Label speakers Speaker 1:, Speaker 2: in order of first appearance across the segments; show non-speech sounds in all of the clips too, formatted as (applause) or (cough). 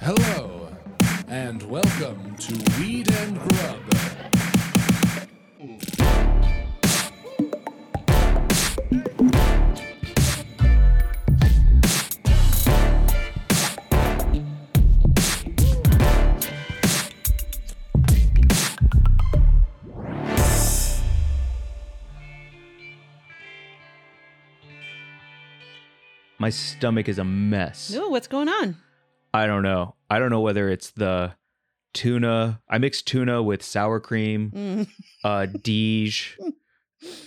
Speaker 1: Hello, and welcome to Weed and Grub.
Speaker 2: My stomach is a mess.
Speaker 3: Ooh, what's going on?
Speaker 2: I don't know. I don't know whether it's the tuna. I mixed tuna with sour cream,
Speaker 3: Mm.
Speaker 2: uh, Dige,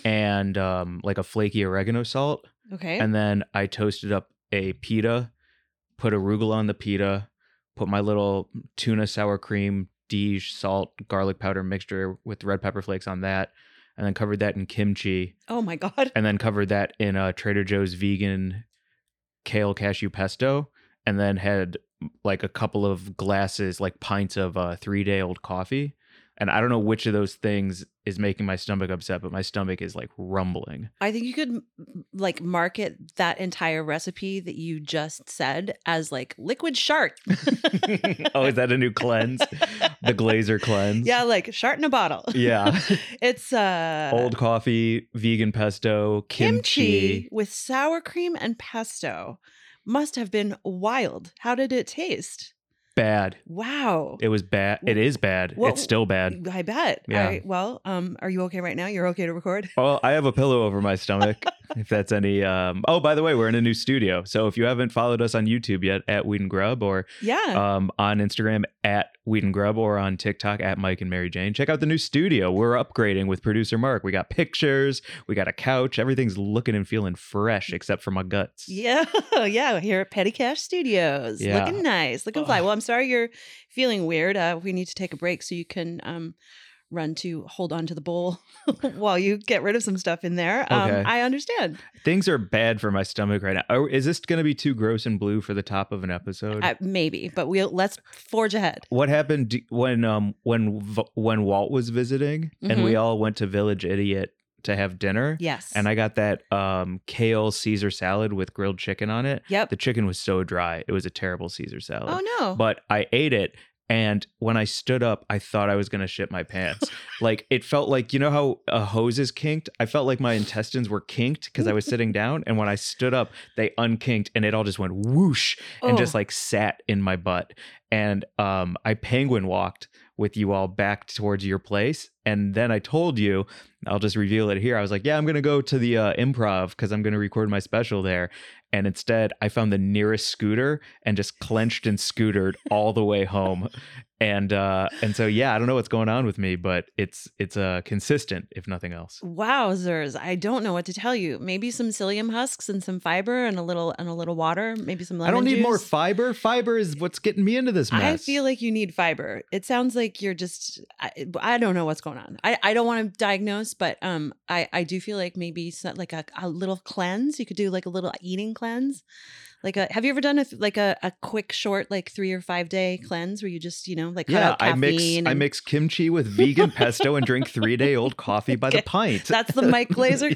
Speaker 2: and um, like a flaky oregano salt.
Speaker 3: Okay.
Speaker 2: And then I toasted up a pita, put arugula on the pita, put my little tuna sour cream, Dige salt, garlic powder mixture with red pepper flakes on that, and then covered that in kimchi,
Speaker 3: oh my god.
Speaker 2: and then covered that in a Trader Joe's vegan kale cashew pesto, and then had like a couple of glasses, like pints of uh, three day old coffee. And I don't know which of those things is making my stomach upset, but my stomach is like rumbling.
Speaker 3: (laughs) I think you could m- like market that entire recipe that you just said as like liquid shark.
Speaker 2: (laughs) oh, is that a new cleanse? The Glazer cleanse.
Speaker 3: Yeah, like shark in a bottle. (laughs)
Speaker 2: Yeah.
Speaker 3: it's uh
Speaker 2: Old coffee, vegan pesto, kimchi.
Speaker 3: kimchi with sour cream and pesto. Must have been wild. How did it taste?
Speaker 2: Bad.
Speaker 3: Wow.
Speaker 2: It was bad. It is bad.
Speaker 3: What-
Speaker 2: it's still bad.
Speaker 3: I bet.
Speaker 2: Yeah.
Speaker 3: I- well, um, are you okay right now? You're okay to record? (laughs)
Speaker 2: Well, I have a pillow over my stomach. if that's any. Um, oh, by the way, we're in a new studio. So if you haven't followed us on YouTube yet at Weed and Grub or
Speaker 3: Yeah.
Speaker 2: um, on Instagram at Weed and Grub or on TikTok at Mike and Mary Jane, check out the new studio. We're upgrading with producer Mark. We got pictures, we got a couch. Everything's looking and feeling fresh except for my guts.
Speaker 3: Yeah, (laughs) yeah. Here at Petty Cash Studios,
Speaker 2: Yeah.
Speaker 3: looking nice, looking fly. Well, I'm sorry you're feeling weird. Uh, we need to take a break so you can um, run to hold on to the bowl (laughs) while you get rid of some stuff in there. Um,
Speaker 2: Okay.
Speaker 3: I understand.
Speaker 2: Things are bad for my stomach right now. Oh, is this going to be too gross and blue for the top of an episode?
Speaker 3: Uh, maybe, but we'll let's forge ahead.
Speaker 2: what happened d- when um when V- when Walt was visiting and we all went to Village Idiot to have dinner?
Speaker 3: Mm-hmm. Yes.
Speaker 2: And I got that um kale Caesar salad with grilled chicken on it.
Speaker 3: Yep.
Speaker 2: The chicken was so dry. It was a terrible Caesar salad.
Speaker 3: oh no.
Speaker 2: But I ate it and when I stood up, I thought I was going to shit my pants.
Speaker 3: (laughs)
Speaker 2: like it felt like you know how a hose is kinked? I felt like my intestines were kinked cuz I was sitting down and when I stood up, they unkinked and it all just went whoosh and just
Speaker 3: Oh.
Speaker 2: like sat in my butt. And um I penguin walked with you all back towards your place and then I told you I'll just reveal it here. I was like, yeah, I'm going to go to the uh, improv cuz I'm going to record my special there. And instead, I found the nearest scooter and just clenched and
Speaker 3: (laughs)
Speaker 2: scootered all the way home. And uh and so yeah, I don't know what's going on with me, but it's it's uh consistent if nothing else.
Speaker 3: Wowzers! I don't know what to tell you. Maybe some psyllium husks and some fiber and a little and a little water. Maybe some
Speaker 2: I
Speaker 3: lemon.
Speaker 2: don't need more
Speaker 3: juice.
Speaker 2: fiber. Fiber is what's getting me into this mess.
Speaker 3: I feel like you need fiber. It sounds like you're just I, I don't know what's going on. I, I don't want to diagnose, but um I I do feel like maybe some, like a, a little cleanse. You could do like a little eating cleanse. Like a have you ever done a like a, a quick short like 3 or 5 day cleanse where you just, you know, like cut
Speaker 2: yeah,
Speaker 3: out
Speaker 2: I
Speaker 3: caffeine
Speaker 2: mix I
Speaker 3: and-
Speaker 2: mix (laughs) kimchi with vegan pesto and drink three day old coffee by the
Speaker 3: Okay,
Speaker 2: pint.
Speaker 3: That's the Mike Glazer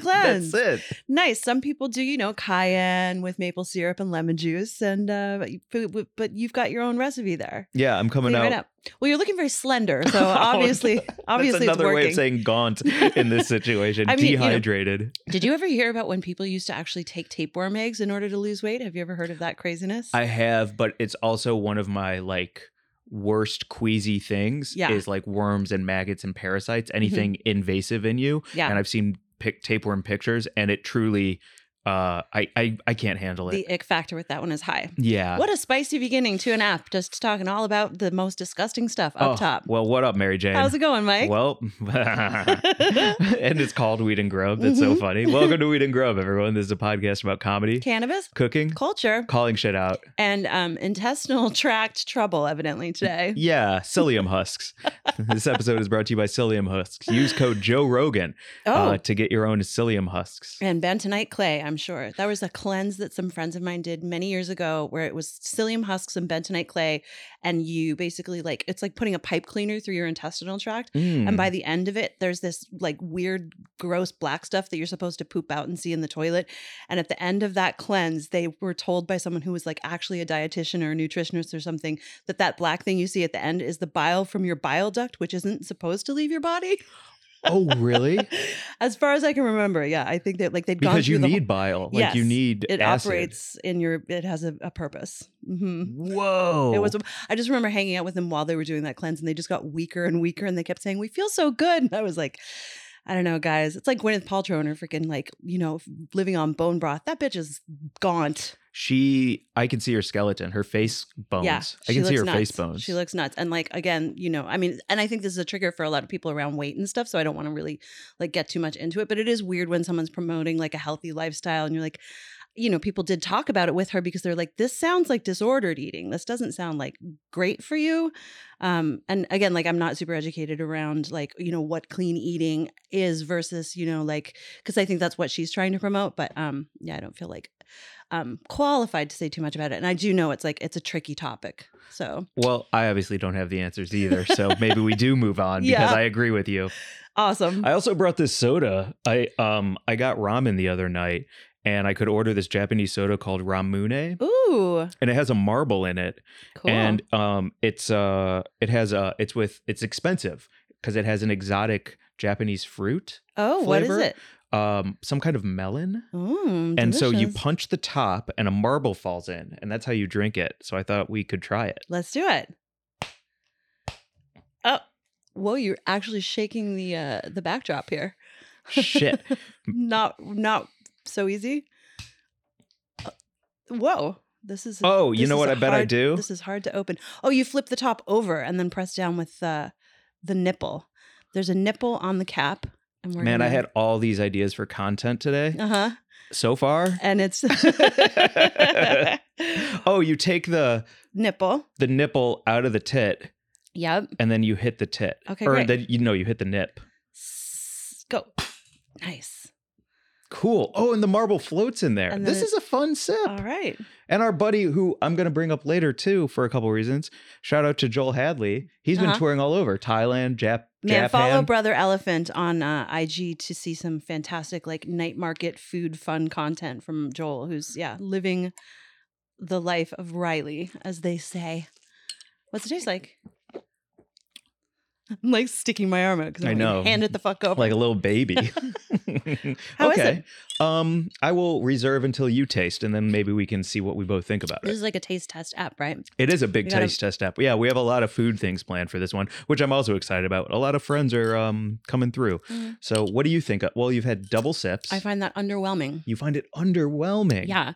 Speaker 2: (laughs)
Speaker 3: cleanse.
Speaker 2: That's it.
Speaker 3: Nice. Some people do, you know, cayenne with maple syrup and lemon juice and uh but, but- but you've got your own recipe there.
Speaker 2: Yeah, I'm coming
Speaker 3: Clean
Speaker 2: out.
Speaker 3: right up. Well, you're looking very
Speaker 2: (laughs)
Speaker 3: slender, so
Speaker 2: Oh,
Speaker 3: obviously,
Speaker 2: That's
Speaker 3: obviously,
Speaker 2: another
Speaker 3: it's working.
Speaker 2: way of saying gaunt in this situation.
Speaker 3: (laughs) I mean, you know-
Speaker 2: Dehydrated.
Speaker 3: Did you ever hear about when people used to actually take tapeworm eggs in order to lose weight? Have you ever heard of that craziness?
Speaker 2: I have, but it's also one of my like worst queasy things
Speaker 3: Yeah. Mm-hmm.
Speaker 2: is like worms and maggots and parasites, anything invasive in you.
Speaker 3: yeah.
Speaker 2: And I've seen pic- tapeworm pictures and it truly uh I I, I can't handle it.
Speaker 3: the ick factor with that one is high.
Speaker 2: yeah.
Speaker 3: What a spicy beginning to an app, just talking all about the most disgusting stuff up
Speaker 2: Oh,
Speaker 3: top.
Speaker 2: Well, what up, Mary Jane?
Speaker 3: How's it going, Mike?
Speaker 2: Well, (laughs) and it's called Weed and Grub. That's so
Speaker 3: Mhm.
Speaker 2: funny. Welcome to Weed and Grub, everyone. This is a podcast about comedy,
Speaker 3: Cannabis,
Speaker 2: cooking,
Speaker 3: culture,
Speaker 2: calling shit out.
Speaker 3: and um, intestinal (laughs) tract trouble, evidently, today.
Speaker 2: Yeah, psyllium
Speaker 3: (laughs)
Speaker 2: husks. this episode is brought to you by psyllium husks. Use code Joe Rogan
Speaker 3: Oh,
Speaker 2: uh, to get your own psyllium husks.
Speaker 3: and bentonite clay. I'm I'm sure. That was a cleanse that some friends of mine did many years ago where it was psyllium husks and bentonite clay. And you basically like, it's like putting a pipe cleaner through your intestinal tract. And
Speaker 2: Mm.
Speaker 3: by the end of it, there's this like weird, gross black stuff that you're supposed to poop out and see in the toilet. And at the end of that cleanse, they were told by someone who was like actually a dietitian or a nutritionist or something that that black thing you see at the end is the bile from your bile duct, which isn't supposed to leave your body.
Speaker 2: oh, really?
Speaker 3: (laughs) As far as I can remember, yeah, I think that like they'd gone
Speaker 2: Because you
Speaker 3: through the whole-
Speaker 2: need bile. Like you
Speaker 3: Yes,
Speaker 2: need
Speaker 3: it
Speaker 2: acid.
Speaker 3: operates in your. It has a, a purpose. hmm
Speaker 2: Whoa.
Speaker 3: It was. I just remember hanging out with them while they were doing that cleanse, and they just got weaker and weaker, and they kept saying, "We feel so good." And I was like, "I don't know, guys. It's like Gwyneth Paltrow and her freaking like you know living on bone broth. That bitch is gaunt.
Speaker 2: she I can see her skeleton, her face bones.
Speaker 3: Yeah,
Speaker 2: I
Speaker 3: she
Speaker 2: can see
Speaker 3: looks
Speaker 2: her face
Speaker 3: nuts.
Speaker 2: bones.
Speaker 3: She looks nuts. And like again, you know, I mean, and I think this is a trigger for a lot of people around weight and stuff. So I don't want to really like get too much into it, but it is weird when someone's promoting like a healthy lifestyle, and you're like. You know, people did talk about it with her because they're like, this sounds like disordered eating. This doesn't sound like great for you um and again like i'm not super educated around like you know what clean eating is versus you know like because i think that's what she's trying to promote but um yeah i don't feel like um qualified to say too much about it and i do know it's like it's a tricky topic so
Speaker 2: well, I obviously don't have the answers either,
Speaker 3: (laughs)
Speaker 2: so maybe we do move on because
Speaker 3: Yeah.
Speaker 2: I agree with you.
Speaker 3: awesome
Speaker 2: (laughs) I also brought this soda. I um I got ramen the other night and I could order this Japanese soda called Ramune
Speaker 3: ooh
Speaker 2: and it has a marble in it
Speaker 3: cool
Speaker 2: and um it's uh it has uh it's with it's expensive because it has an exotic Japanese fruit,
Speaker 3: oh what is
Speaker 2: flavor.
Speaker 3: it
Speaker 2: um some kind of melon.
Speaker 3: Ooh,
Speaker 2: And so you
Speaker 3: delicious.
Speaker 2: punch the top and a marble falls in and that's how you drink it. So I thought we could try
Speaker 3: (laughs)
Speaker 2: it.
Speaker 3: let's do it oh whoa you're actually shaking the uh the backdrop here
Speaker 2: Shit.
Speaker 3: not not so easy. Uh, Whoa, this is.
Speaker 2: Oh, you
Speaker 3: this
Speaker 2: know
Speaker 3: is
Speaker 2: what
Speaker 3: a
Speaker 2: I bet I
Speaker 3: hard-
Speaker 2: do?
Speaker 3: This is hard to open. Oh, you flip the top over and then press down with uh, the nipple. There's a nipple on the cap, and we're
Speaker 2: Man, I had all these ideas for content today.
Speaker 3: Uh huh.
Speaker 2: So far,
Speaker 3: And it's (laughs) eh.
Speaker 2: oh, you take the
Speaker 3: nipple.
Speaker 2: the nipple out of the tit
Speaker 3: Yep.
Speaker 2: and then you hit the tit.
Speaker 3: Okay,
Speaker 2: or
Speaker 3: great.
Speaker 2: then you know you hit the nip.
Speaker 3: S- Go. Nice.
Speaker 2: Cool. Oh, and the marble floats in there.
Speaker 3: And then
Speaker 2: This
Speaker 3: it-
Speaker 2: is a fun sip.
Speaker 3: All right.
Speaker 2: And our buddy, who I'm going to bring up later too, for a couple reasons. Shout out to Joel Hadley. He's been
Speaker 3: Uh-huh.
Speaker 2: touring all over Thailand, Jap, Japan.
Speaker 3: Man, follow Brother Elephant on uh, IG to see some fantastic like night market food fun content from Joel, who's yeah living the life of Riley, as they say. What's it taste like? I'm like sticking my arm out because
Speaker 2: I
Speaker 3: I
Speaker 2: know.
Speaker 3: know. Hand it the fuck over.
Speaker 2: like a little baby.
Speaker 3: (laughs)
Speaker 2: (laughs)
Speaker 3: How is
Speaker 2: okay. Um, I will reserve until you taste, and then maybe we can see what we both think about
Speaker 3: this
Speaker 2: it.
Speaker 3: is like a taste test app, right?
Speaker 2: It is a big
Speaker 3: we gotta-
Speaker 2: taste test app. Yeah, we have a lot of food things planned for this one, which I'm also excited about. A lot of friends are um coming through.
Speaker 3: Mhm.
Speaker 2: So, what do you think? of- Well, you've had double sips.
Speaker 3: I find that underwhelming.
Speaker 2: you find it underwhelming.
Speaker 3: Yeah.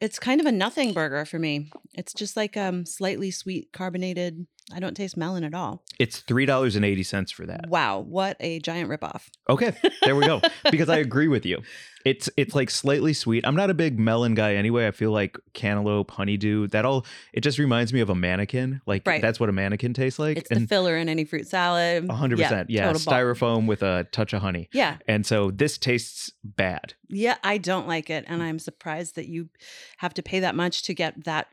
Speaker 3: It's kind of a nothing burger for me. It's just like um slightly sweet carbonated. I don't taste melon at all.
Speaker 2: It's three dollars and eighty cents for that.
Speaker 3: Wow, what a giant ripoff.
Speaker 2: Okay, there we go.
Speaker 3: (laughs)
Speaker 2: because I agree with you. It's it's like slightly sweet. I'm not a big melon guy anyway. I feel like cantaloupe, honeydew, that all it just reminds me of a mannequin. Like
Speaker 3: Right.
Speaker 2: that's what a mannequin tastes like.
Speaker 3: It's the filler in any fruit salad.
Speaker 2: A hundred percent. Yeah,
Speaker 3: total ball.
Speaker 2: styrofoam with a touch of honey.
Speaker 3: Yeah.
Speaker 2: And so this tastes bad.
Speaker 3: Yeah. I don't like it. And I'm surprised that you have to pay that much to get that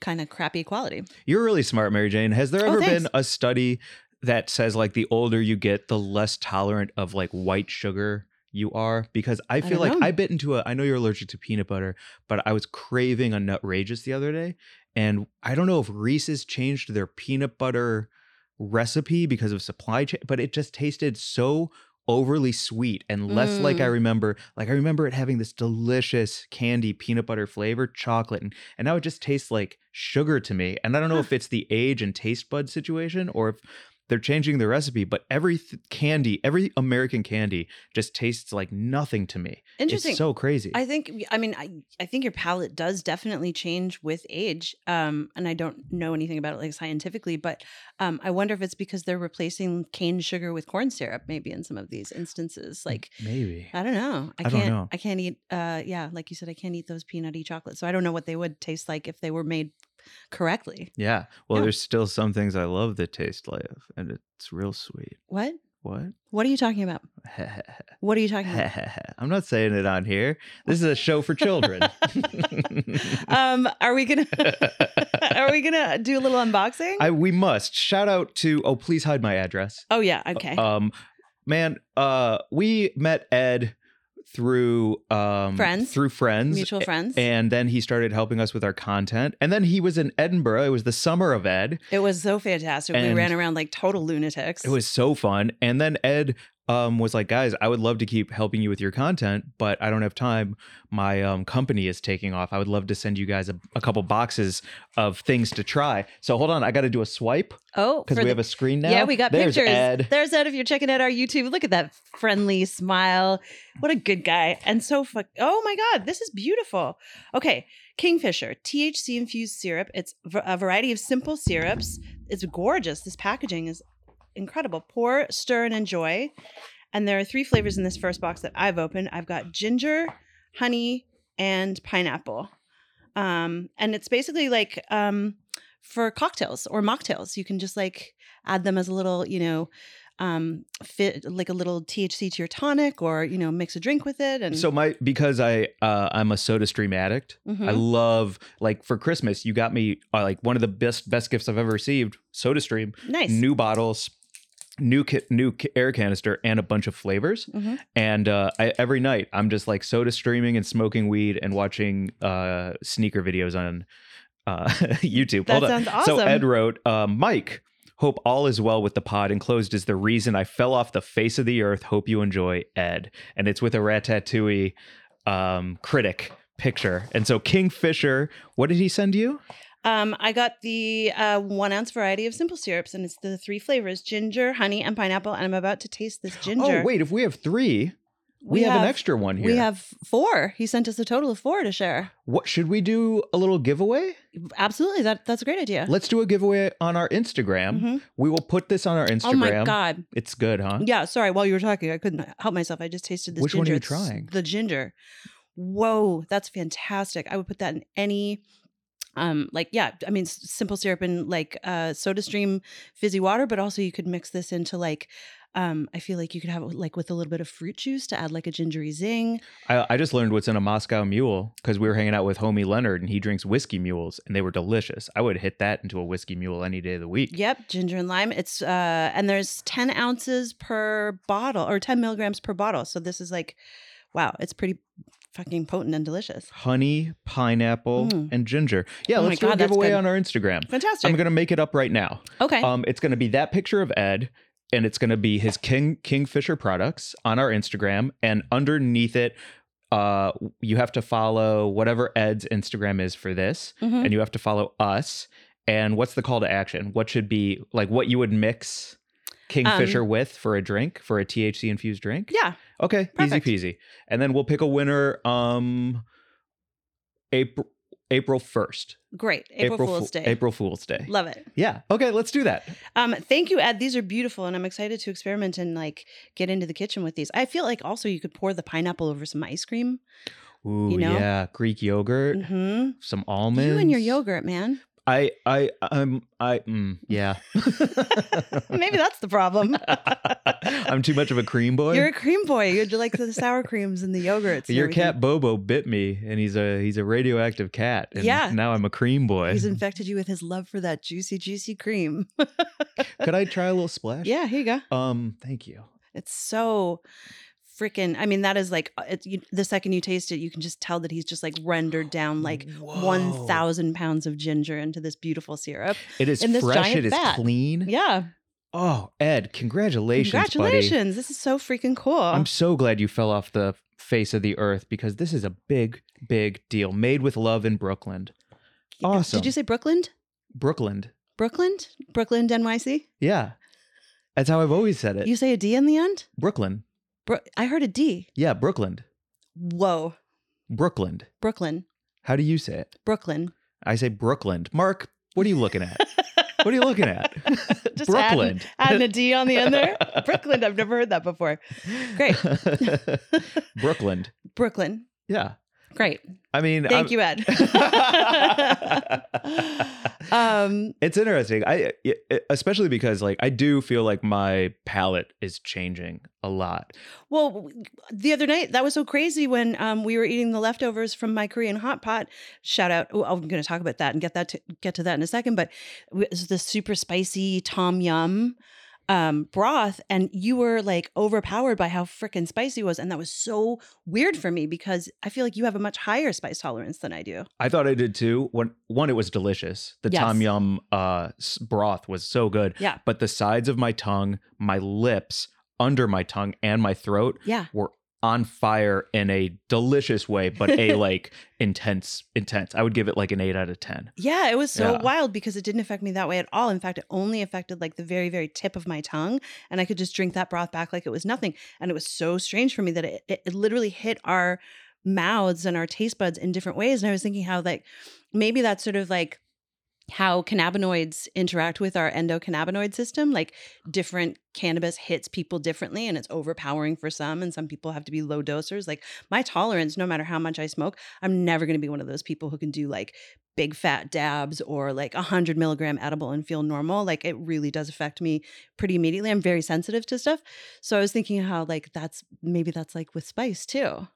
Speaker 3: kind of crappy quality.
Speaker 2: You're really smart, Mary Jane. Has there
Speaker 3: Oh,
Speaker 2: ever
Speaker 3: thanks.
Speaker 2: been a study that says like the older you get, the less tolerant of like white sugar you are? Because I feel
Speaker 3: don't
Speaker 2: like
Speaker 3: know.
Speaker 2: I bit into a I know you're allergic to peanut butter, but I was craving a nutrageous the other day. And I don't know if Reese's changed their peanut butter recipe because of supply chain, but it just tasted so overly sweet and less like I
Speaker 3: Mm.
Speaker 2: remember. Like I remember it having this delicious candy peanut butter flavor, chocolate, and, and now it just tastes like sugar to me. And I don't know if it's the age and taste bud situation or if they're changing the recipe, but every th- candy, every American candy just tastes like nothing to me.
Speaker 3: Interesting.
Speaker 2: It's so crazy.
Speaker 3: I think I mean I, I think your palate does definitely change with age. Um and I don't know anything about it like scientifically, but um I wonder if it's because they're replacing cane sugar with corn syrup maybe in some of these instances. Like
Speaker 2: Maybe.
Speaker 3: I don't know. I
Speaker 2: Mm. I don't
Speaker 3: can't
Speaker 2: know.
Speaker 3: I can't eat uh yeah, like you said I can't eat those peanutty chocolates. So I don't know what they would taste like if they were made correctly.
Speaker 2: Yeah. Well,
Speaker 3: Yeah.
Speaker 2: there's still some things I love that taste live, and it's real sweet.
Speaker 3: What?
Speaker 2: What? (laughs)
Speaker 3: What are you talking about? What are you talking about?
Speaker 2: I'm not saying it on here. This is a show for
Speaker 3: (laughs)
Speaker 2: children.
Speaker 3: um, are we gonna (laughs) are we gonna do a little unboxing?
Speaker 2: I, we must shout out to oh please hide my address.
Speaker 3: oh yeah, okay.
Speaker 2: Um, man, uh, we met Ed through um
Speaker 3: Friends.
Speaker 2: through friends,
Speaker 3: Mutual friends.
Speaker 2: and then he started helping us with our content. And then he was in Edinburgh. It was the summer of Ed.
Speaker 3: it was so fantastic. We
Speaker 2: and-
Speaker 3: ran around like total lunatics.
Speaker 2: It was so fun. And then Ed um, was like, guys, I would love to keep helping you with your content, but I don't have time. My um, company is taking off. I would love to send you guys a, a couple boxes of things to try. So hold on, I got to do a swipe
Speaker 3: oh,
Speaker 2: because
Speaker 3: for
Speaker 2: we
Speaker 3: the-
Speaker 2: have a screen now.
Speaker 3: yeah, we got
Speaker 2: There's
Speaker 3: pictures.
Speaker 2: Ed.
Speaker 3: There's Ed. If you're checking out our YouTube, look at that friendly smile. What a good guy. And so, fuck. Oh my God, this is beautiful. Okay, Kingfisher THC infused syrup. It's v- a variety of simple syrups. It's gorgeous. This packaging is incredible. Pour, stir, and enjoy. And there are three flavors in this first box that I've opened. I've got ginger, honey, and pineapple. Um, and it's basically like um, for cocktails or mocktails. You can just like add them as a little, you know, um, fit like a little THC to your tonic, or you know, mix a drink with it. And
Speaker 2: So my because I uh, I'm a Soda Stream addict.
Speaker 3: Mhm.
Speaker 2: I love like for Christmas you got me uh, like one of the best best gifts I've ever received. Soda Stream,
Speaker 3: nice.
Speaker 2: new bottles, new ki- new ki- air canister, and a bunch of flavors.
Speaker 3: Mhm.
Speaker 2: And uh, I, every night, I'm just like soda streaming and smoking weed and watching uh, sneaker videos on uh, (laughs) YouTube.
Speaker 3: That
Speaker 2: Hold on.
Speaker 3: sounds
Speaker 2: So
Speaker 3: awesome.
Speaker 2: Ed wrote, uh, Mike. Hope all is well with the pod. Enclosed is the reason I fell off the face of the earth. Hope you enjoy Ed. And it's with a ratatouille um, critic picture. And so Kingfisher, what did he send you?
Speaker 3: Um, I got the uh, one ounce variety of simple syrups, and it's the three flavors: ginger, honey, and pineapple. And I'm about to taste this ginger.
Speaker 2: Oh, wait, if we have three, we, have, an extra one here.
Speaker 3: We have four. He sent us a total of four to share.
Speaker 2: What should we do? A little giveaway?
Speaker 3: Absolutely, that that's a great idea.
Speaker 2: (laughs) Let's do a giveaway on our Instagram.
Speaker 3: Mhm.
Speaker 2: We will put this on our Instagram.
Speaker 3: Oh my god!
Speaker 2: It's good, huh?
Speaker 3: Yeah, sorry. While you were talking, I couldn't help myself. I just tasted this.
Speaker 2: Which
Speaker 3: ginger.
Speaker 2: one are you
Speaker 3: It's
Speaker 2: trying?
Speaker 3: The ginger. Whoa, that's fantastic. I would put that in any. Um, like yeah, I mean, s- simple syrup and like uh, soda stream fizzy water, but also you could mix this into like, um, I feel like you could have it like with a little bit of fruit juice to add like a gingery zing.
Speaker 2: I, I just learned what's in a Moscow Mule because we were hanging out with homie Leonard and he drinks whiskey mules and they were delicious. I would hit that into a whiskey mule any day of the week.
Speaker 3: Yep, ginger and lime. It's uh, and there's ten ounces per bottle or ten milligrams per bottle. So this is like, wow, it's pretty fucking potent and delicious.
Speaker 2: Honey, pineapple,
Speaker 3: Mm.
Speaker 2: and ginger. Yeah,
Speaker 3: Oh my
Speaker 2: let's do
Speaker 3: God,
Speaker 2: a
Speaker 3: that's
Speaker 2: giveaway
Speaker 3: good.
Speaker 2: on our Instagram.
Speaker 3: Fantastic.
Speaker 2: I'm gonna make it up right now.
Speaker 3: okay.
Speaker 2: Um, it's gonna be that picture of Ed, and it's gonna be his King Kingfisher products on our Instagram, and underneath it, uh, you have to follow whatever Ed's Instagram is for this,
Speaker 3: Mhm.
Speaker 2: and you have to follow us. And what's the call to action? What should be like what you would mix Kingfisher with for a drink, for a THC infused drink?
Speaker 3: Um, Yeah.
Speaker 2: Okay,
Speaker 3: Perfect.
Speaker 2: easy peasy. And then we'll pick a winner um April April 1st.
Speaker 3: Great. April,
Speaker 2: Fool-
Speaker 3: Fool's Day.
Speaker 2: April Fool's Day.
Speaker 3: Love it.
Speaker 2: Yeah. Okay, let's do that.
Speaker 3: Um, thank you, Ed. These are beautiful, and I'm excited to experiment and like get into the kitchen with these. I feel like also you could pour the pineapple over some ice cream.
Speaker 2: Ooh,
Speaker 3: know?
Speaker 2: yeah, Greek yogurt,
Speaker 3: hmm
Speaker 2: some almonds.
Speaker 3: You and your yogurt, man.
Speaker 2: (laughs) I, I, um, I, mm,
Speaker 3: (laughs)
Speaker 2: yeah. (laughs)
Speaker 3: Maybe that's the problem.
Speaker 2: I'm too much of a cream boy.
Speaker 3: You're a cream boy. You're like the sour creams and the yogurts. and
Speaker 2: your
Speaker 3: everything.
Speaker 2: cat Bobo bit me, and he's a he's a radioactive cat. And
Speaker 3: Yeah.
Speaker 2: Now I'm a cream boy. (laughs)
Speaker 3: He's infected you with his love for that juicy, juicy cream. (laughs)
Speaker 2: Could I try a little splash?
Speaker 3: yeah, here you go.
Speaker 2: Um. Thank you.
Speaker 3: It's so freaking. I mean, that is like uh, it, you, the second you taste it, you can just tell that he's just like rendered down like
Speaker 2: Whoa.
Speaker 3: one thousand pounds of ginger into this beautiful syrup.
Speaker 2: It is
Speaker 3: in this
Speaker 2: fresh.
Speaker 3: giant
Speaker 2: It is
Speaker 3: vat.
Speaker 2: clean.
Speaker 3: Yeah,
Speaker 2: Oh, Ed, congratulations, buddy.
Speaker 3: congratulations! This is so freaking cool.
Speaker 2: I'm so glad you fell off the face of the earth because this is a big, big deal. Made with love in Brooklyn. Awesome.
Speaker 3: Did you say Brooklyn?
Speaker 2: Brooklyn.
Speaker 3: Brooklyn? Brooklyn, NYC?
Speaker 2: Yeah. That's how I've always said it.
Speaker 3: You say a D in the end?
Speaker 2: Brooklyn.
Speaker 3: Bro- I heard a D.
Speaker 2: Yeah, Brooklyn.
Speaker 3: Whoa,
Speaker 2: Brooklyn.
Speaker 3: Brooklyn,
Speaker 2: How do you say it?
Speaker 3: Brooklyn.
Speaker 2: I say Brooklyn. Mark, what are you looking at? what are you looking at?
Speaker 3: Just
Speaker 2: Brooklyn.
Speaker 3: Adding, adding a D on the end there. Brooklyn. I've never heard that before. Great.
Speaker 2: Brooklyn.
Speaker 3: Brooklyn.
Speaker 2: Yeah.
Speaker 3: Great.
Speaker 2: I mean, (laughs)
Speaker 3: Thank
Speaker 2: I'm-
Speaker 3: you, Ed. (laughs) Um,
Speaker 2: (laughs) It's interesting. I it- it- especially because like I do feel like my palate is changing a lot.
Speaker 3: Well, w- the other night that was so crazy when um, we were eating the leftovers from my Korean hot pot. Shout out! oh, I'm going to talk about that and get that to, get to that in a second. But it was the super spicy tom yum um, broth, and you were like overpowered by how freaking spicy it was, and that was so weird for me because I feel like you have a much higher spice tolerance than I do.
Speaker 2: I thought I did too. One one it was delicious. The
Speaker 3: Yes.
Speaker 2: tom yum uh s- broth was so good.
Speaker 3: Yeah.
Speaker 2: But the sides of my tongue, my lips, under my tongue and my throat
Speaker 3: Yeah,
Speaker 2: were on fire in a delicious way, but
Speaker 3: (laughs)
Speaker 2: a like intense intense. I would give it like an 8 out of 10.
Speaker 3: yeah, it was so
Speaker 2: Yeah.
Speaker 3: wild because it didn't affect me that way at all. In fact, it only affected like the very, very tip of my tongue, and I could just drink that broth back like it was nothing. And it was so strange for me that it, it, it literally hit our mouths and our taste buds in different ways. And I was thinking how like maybe that's sort of like how cannabinoids interact with our endocannabinoid system. Like different cannabis hits people differently and it's overpowering for some. And some people have to be low dosers. Like my tolerance, no matter how much I smoke, I'm never going to be one of those people who can do like big fat dabs or like a hundred milligram edible and feel normal. Like it really does affect me pretty immediately. I'm very sensitive to stuff. So I was thinking how like that's maybe that's like with spice too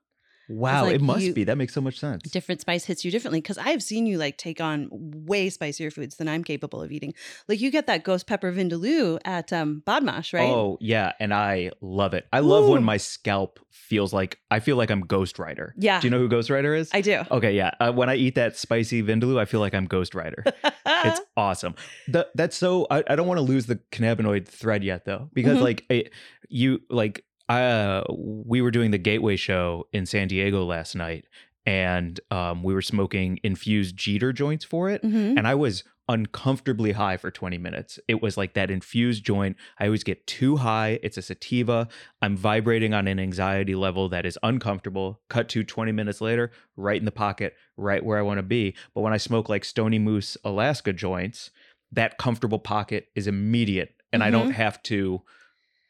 Speaker 2: Wow,
Speaker 3: like
Speaker 2: it must
Speaker 3: you-
Speaker 2: be. That makes so much sense.
Speaker 3: different spice hits you differently because I've seen you like take on way spicier foods than I'm capable of eating. Like you get that ghost pepper vindaloo at um, Bodmash, right?
Speaker 2: Oh yeah, and I love it. I love
Speaker 3: Ooh.
Speaker 2: when my scalp feels like I feel like I'm Ghost Rider.
Speaker 3: Yeah.
Speaker 2: Do you know who Ghost Rider is?
Speaker 3: I do.
Speaker 2: okay, yeah. Uh, when I eat that spicy vindaloo, I feel like I'm Ghost Rider. oh,
Speaker 3: (laughs)
Speaker 2: it's awesome. Th- that's so. I, I don't want to lose the cannabinoid thread yet, though, because
Speaker 3: Mhm.
Speaker 2: like it, you like uh we were doing the Gateway show in San Diego last night, and um we were smoking infused Jeter joints for it,
Speaker 3: Mhm.
Speaker 2: and I was uncomfortably high for 20 minutes. It was like that infused joint. I always get too high. It's a sativa. I'm vibrating on an anxiety level that is uncomfortable. Cut to 20 minutes later, right in the pocket, right where I want to be. But when I smoke like Stony Moose Alaska joints, that comfortable pocket is immediate and I don't have to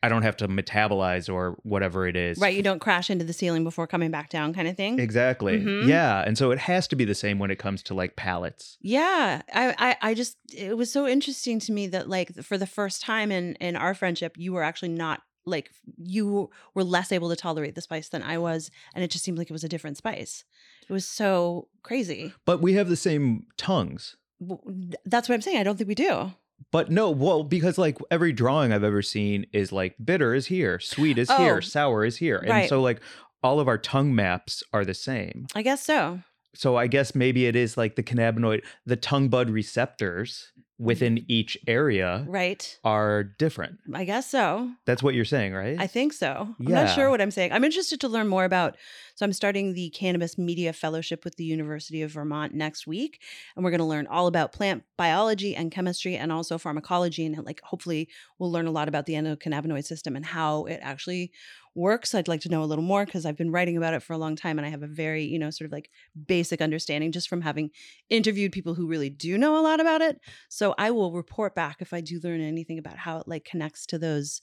Speaker 2: I don't have to metabolize or whatever it is.
Speaker 3: Right, you don't crash into the ceiling before coming back down, kind of thing.
Speaker 2: Exactly.
Speaker 3: Mhm.
Speaker 2: Yeah, and so it has to be the same when it comes to like palates.
Speaker 3: Yeah, I, I, I just it was so interesting to me that like for the first time in in our friendship, you were actually not like you were less able to tolerate the spice than I was, and it just seemed like it was a different spice. It was so crazy.
Speaker 2: But we have the same tongues.
Speaker 3: W- That's what I'm saying. I don't think we do.
Speaker 2: But no, well, because like every drawing I've ever seen is like bitter is here, sweet is
Speaker 3: Oh.
Speaker 2: here, sour is here. And
Speaker 3: Right.
Speaker 2: so like all of our tongue maps are the same.
Speaker 3: I guess so.
Speaker 2: So I guess maybe it is like the cannabinoid, the tongue bud receptors
Speaker 3: Mm-hmm.
Speaker 2: within each area
Speaker 3: Right.
Speaker 2: are different.
Speaker 3: I guess so.
Speaker 2: That's what you're saying, right?
Speaker 3: I think so. I'm not sure
Speaker 2: Yeah.
Speaker 3: what I'm saying. I'm interested to learn more about. So I'm starting the cannabis media fellowship with the University of Vermont next week, and we're going to learn all about plant biology and chemistry, and also pharmacology, and like hopefully we'll learn a lot about the endocannabinoid system and how it actually works. I'd like to know a little more because I've been writing about it for a long time, and I have a very you know sort of like basic understanding just from having interviewed people who really do know a lot about it. So I will report back if I do learn anything about how it like connects to those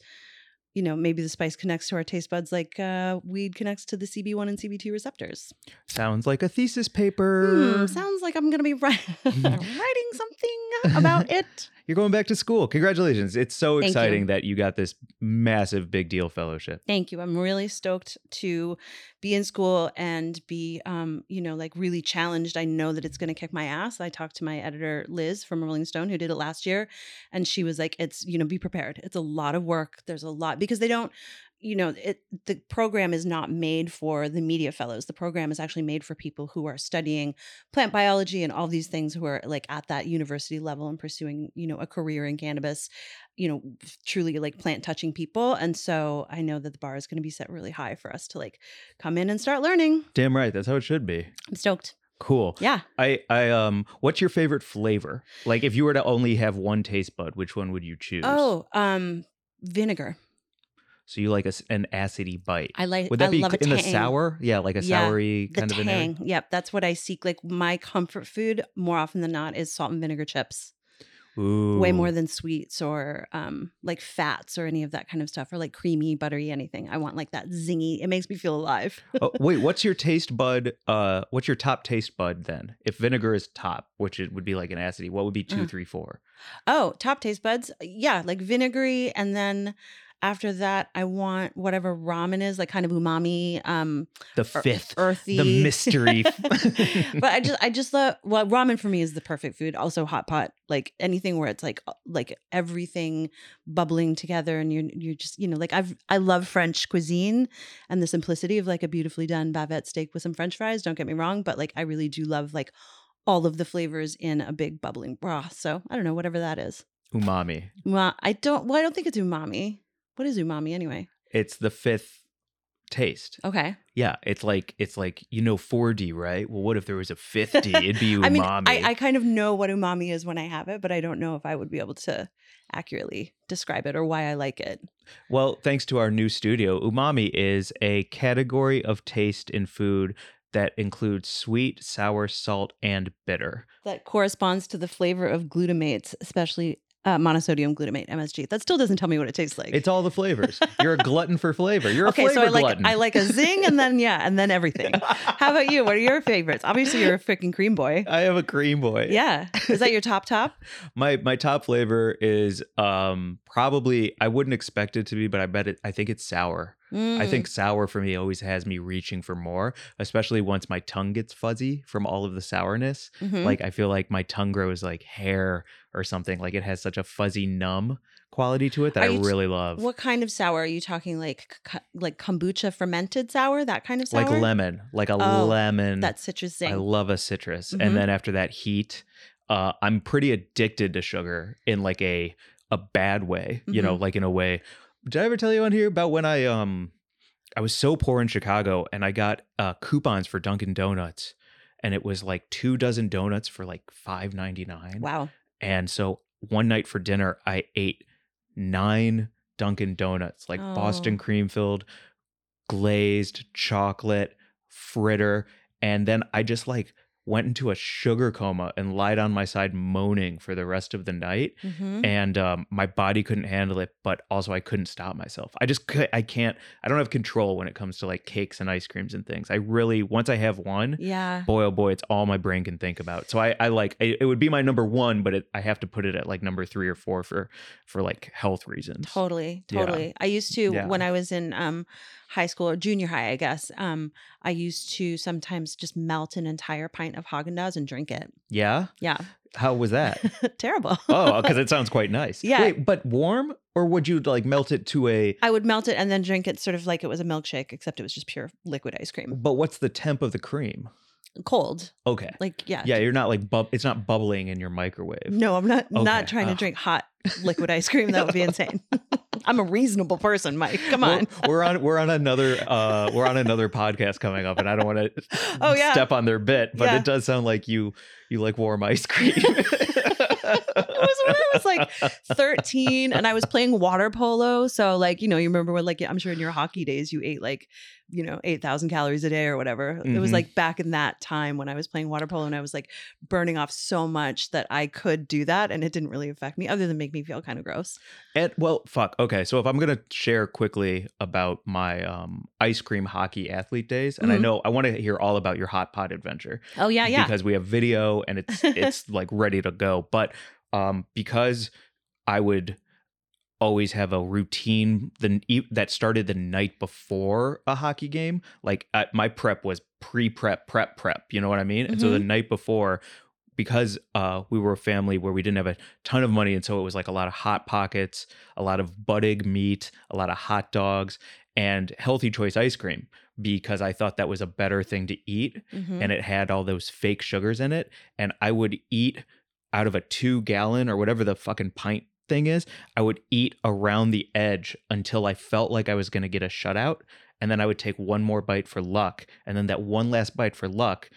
Speaker 3: you know, maybe the spice connects to our taste buds like uh, weed connects to the CB1 and CB2 receptors.
Speaker 2: Sounds like a thesis
Speaker 3: Hmm,
Speaker 2: paper.
Speaker 3: sounds like I'm going to be wri- (laughs) writing something about it.
Speaker 2: you're going back to school. Congratulations. It's so
Speaker 3: Thank you.
Speaker 2: exciting that you got this massive big deal fellowship.
Speaker 3: Thank you. I'm really stoked to be in school and be, um, you know, like really challenged. I know that it's going to kick my ass. I talked to my editor, Liz from Rolling Stone, who did it last year. And she was like, it's, you know, be prepared. It's a lot of work. There's a lot because they don't, you know, it, the program is not made for the media fellows. The program is actually made for people who are studying plant biology and all these things who are like at that university level and pursuing, you know, a career in cannabis you know truly like plant touching people and so i know that the bar is going to be set really high for us to like come in and start learning
Speaker 2: Damn right. That's how it should be.
Speaker 3: i'm stoked
Speaker 2: Cool.
Speaker 3: yeah
Speaker 2: I I um what's your favorite flavor? Like if you were to only have one taste bud, which one would you choose?
Speaker 3: oh um vinegar
Speaker 2: So you like a s an acidy bite.
Speaker 3: i like
Speaker 2: Would that
Speaker 3: I
Speaker 2: be
Speaker 3: love
Speaker 2: c-
Speaker 3: a
Speaker 2: in the
Speaker 3: tang.
Speaker 2: sour? Yeah, like a
Speaker 3: Yeah,
Speaker 2: soury
Speaker 3: the
Speaker 2: kind of an area.
Speaker 3: tang yep that's what i seek like my comfort food more often than not is salt and vinegar chips
Speaker 2: Ooh.
Speaker 3: way more than sweets or um, like fats or any of that kind of stuff or like creamy, buttery, anything. I want like that zingy. It makes me feel alive.
Speaker 2: oh, wait, what's your taste bud? Uh, what's your top taste bud then? If vinegar is top, which it would be like an acidity, what would be two,
Speaker 3: Mm.
Speaker 2: three, four?
Speaker 3: Oh, top taste buds. Yeah, like vinegary. And then after that, I want whatever ramen is, like kind of umami, um,
Speaker 2: The
Speaker 3: ear-
Speaker 2: fifth,
Speaker 3: earthy.
Speaker 2: the
Speaker 3: (laughs)
Speaker 2: mystery. (laughs)
Speaker 3: but I just I just love well ramen for me is the perfect food. Also hot pot, like anything where it's like uh, like everything bubbling together and you're you're just you know like I've I love French cuisine and the simplicity of like a beautifully done bavette steak with some French fries. Don't get me wrong, but like I really do love like all of the flavors in a big bubbling broth. So I don't know whatever that is.
Speaker 2: umami.
Speaker 3: Well, I don't well I don't think it's umami. What is umami anyway?
Speaker 2: It's the fifth taste.
Speaker 3: Okay.
Speaker 2: Yeah, it's like it's like you know 4D, right? Well, what if there was a 50? It'd be umami.
Speaker 3: (laughs) I mean, I, I kind of know what umami is when I have it, but I don't know if I would be able to accurately describe it or why I like it.
Speaker 2: Well, thanks to our new studio, umami is a category of taste in food that includes sweet, sour, salt, and bitter.
Speaker 3: That corresponds to the flavor of glutamates, especially uh, monosodium glutamate (MSG). That still doesn't tell me what it tastes like.
Speaker 2: It's all the flavors. You're a glutton for flavor. You're a
Speaker 3: okay,
Speaker 2: flavor
Speaker 3: so I like
Speaker 2: glutton.
Speaker 3: I like a zing, and then yeah, and
Speaker 2: (laughs)
Speaker 3: then everything. How about you? What are your favorites? Obviously, you're a freaking
Speaker 2: (laughs)
Speaker 3: cream boy.
Speaker 2: I have a cream boy.
Speaker 3: Yeah, is that your top top?
Speaker 2: My my top flavor is um probably I wouldn't expect it to be, but I bet it I think it's sour. I
Speaker 3: Mm.
Speaker 2: think sour for me always has me reaching for more, especially once my tongue gets fuzzy from all of the sourness.
Speaker 3: Mhm.
Speaker 2: Like I feel like my tongue grows like hair or something. Like it has such a fuzzy numb quality to it that
Speaker 3: Are
Speaker 2: I
Speaker 3: you t-
Speaker 2: really love.
Speaker 3: What kind of sour are you talking? Like c- like kombucha fermented sour, that kind of sour.
Speaker 2: like lemon, like a
Speaker 3: Oh,
Speaker 2: lemon.
Speaker 3: That citrus zing.
Speaker 2: I love a citrus.
Speaker 3: Mhm.
Speaker 2: And then after that heat, uh, I'm pretty addicted to sugar in like a a bad way, you know,
Speaker 3: Mm-hmm.
Speaker 2: like in a way. Did I ever tell you on here about when I um I was so poor in Chicago and I got uh coupons for Dunkin' Donuts and it was like two dozen donuts for like five ninety nine.
Speaker 3: wow.
Speaker 2: And so one night for dinner, I ate nine Dunkin' Donuts, like Boston
Speaker 3: Oh.
Speaker 2: cream filled, glazed chocolate, fritter. And then I just like went into a sugar coma and lied on my side moaning for the rest of the night.
Speaker 3: Mm-hmm.
Speaker 2: And um, my body couldn't handle it, but also I couldn't stop myself. I just could, I can't, I don't have control when it comes to like cakes and ice creams and things. I really, once I have one, (laughs)
Speaker 3: Yeah.
Speaker 2: boy oh boy it's all my brain can think about so i i like it, it would be my number one but it, i have to put it at like number three or four for for like health reasons
Speaker 3: Totally,
Speaker 2: Yeah.
Speaker 3: totally. I used to
Speaker 2: Yeah.
Speaker 3: when I was in um high school or junior high, I guess. Um I used to sometimes just melt an entire pint of Haagen-Dazs and drink it.
Speaker 2: yeah
Speaker 3: Yeah. (laughs)
Speaker 2: how was that
Speaker 3: Terrible. (laughs)
Speaker 2: oh because it sounds quite nice
Speaker 3: Yeah.
Speaker 2: Wait, but warm or would you like melt it to a
Speaker 3: I would melt it and then drink it sort of like it was a milkshake except it was just pure liquid ice cream.
Speaker 2: but what's the temp of the cream Mm.
Speaker 3: Cold.
Speaker 2: okay
Speaker 3: Like yeah.
Speaker 2: yeah you're not like bub- it's not bubbling in your microwave
Speaker 3: No, I'm not
Speaker 2: Okay. uh.
Speaker 3: not trying to
Speaker 2: Ugh.
Speaker 3: drink hot liquid ice cream.
Speaker 2: (laughs)
Speaker 3: That would be insane. (laughs) I'm a reasonable person, Mike. Come
Speaker 2: We're-
Speaker 3: on. (laughs)
Speaker 2: We're, on we're on another uh we're on another podcast coming up and I don't want to
Speaker 3: Oh, yeah.
Speaker 2: step on their bit, but
Speaker 3: Yeah.
Speaker 2: it does sound like you you like warm ice
Speaker 3: (laughs)
Speaker 2: cream.
Speaker 3: it was when I was like 13 and I was playing water polo. So like, you know, you remember when like I'm sure in your hockey days you ate like, you know, 8,000 calories a day or whatever. It was
Speaker 2: Mhm.
Speaker 3: like back in that time when I was playing water polo and I was like burning off so much that I could do that and it didn't really affect me other than make me feel kind of gross.
Speaker 2: And well, fuck. Okay, so if I'm gonna share quickly about my um, ice cream hockey athlete days, and I
Speaker 3: Mhm.
Speaker 2: know I want to hear all about your hot pot adventure.
Speaker 3: Oh yeah, yeah.
Speaker 2: Because we have video and it's
Speaker 3: (laughs)
Speaker 2: it's like ready to go. But um, because I would always have a routine the, e- that started the night before a hockey game. Like uh, my prep was pre prep prep prep. You know what I mean? And so
Speaker 3: Mm-hmm.
Speaker 2: the night before. Because uh, we were a family where we didn't have a ton of money, and so it was like a lot of hot pockets, a lot of buttig meat, a lot of hot dogs, and healthy choice ice cream. Because I thought that was a better thing to eat,
Speaker 3: Mhm.
Speaker 2: and it had all those fake sugars in it. And I would eat out of a two gallon or whatever the fucking pint thing is, I would eat around the edge until I felt like I was going to get a shutout. And then I would take one more bite for luck. And then that one last bite for luck,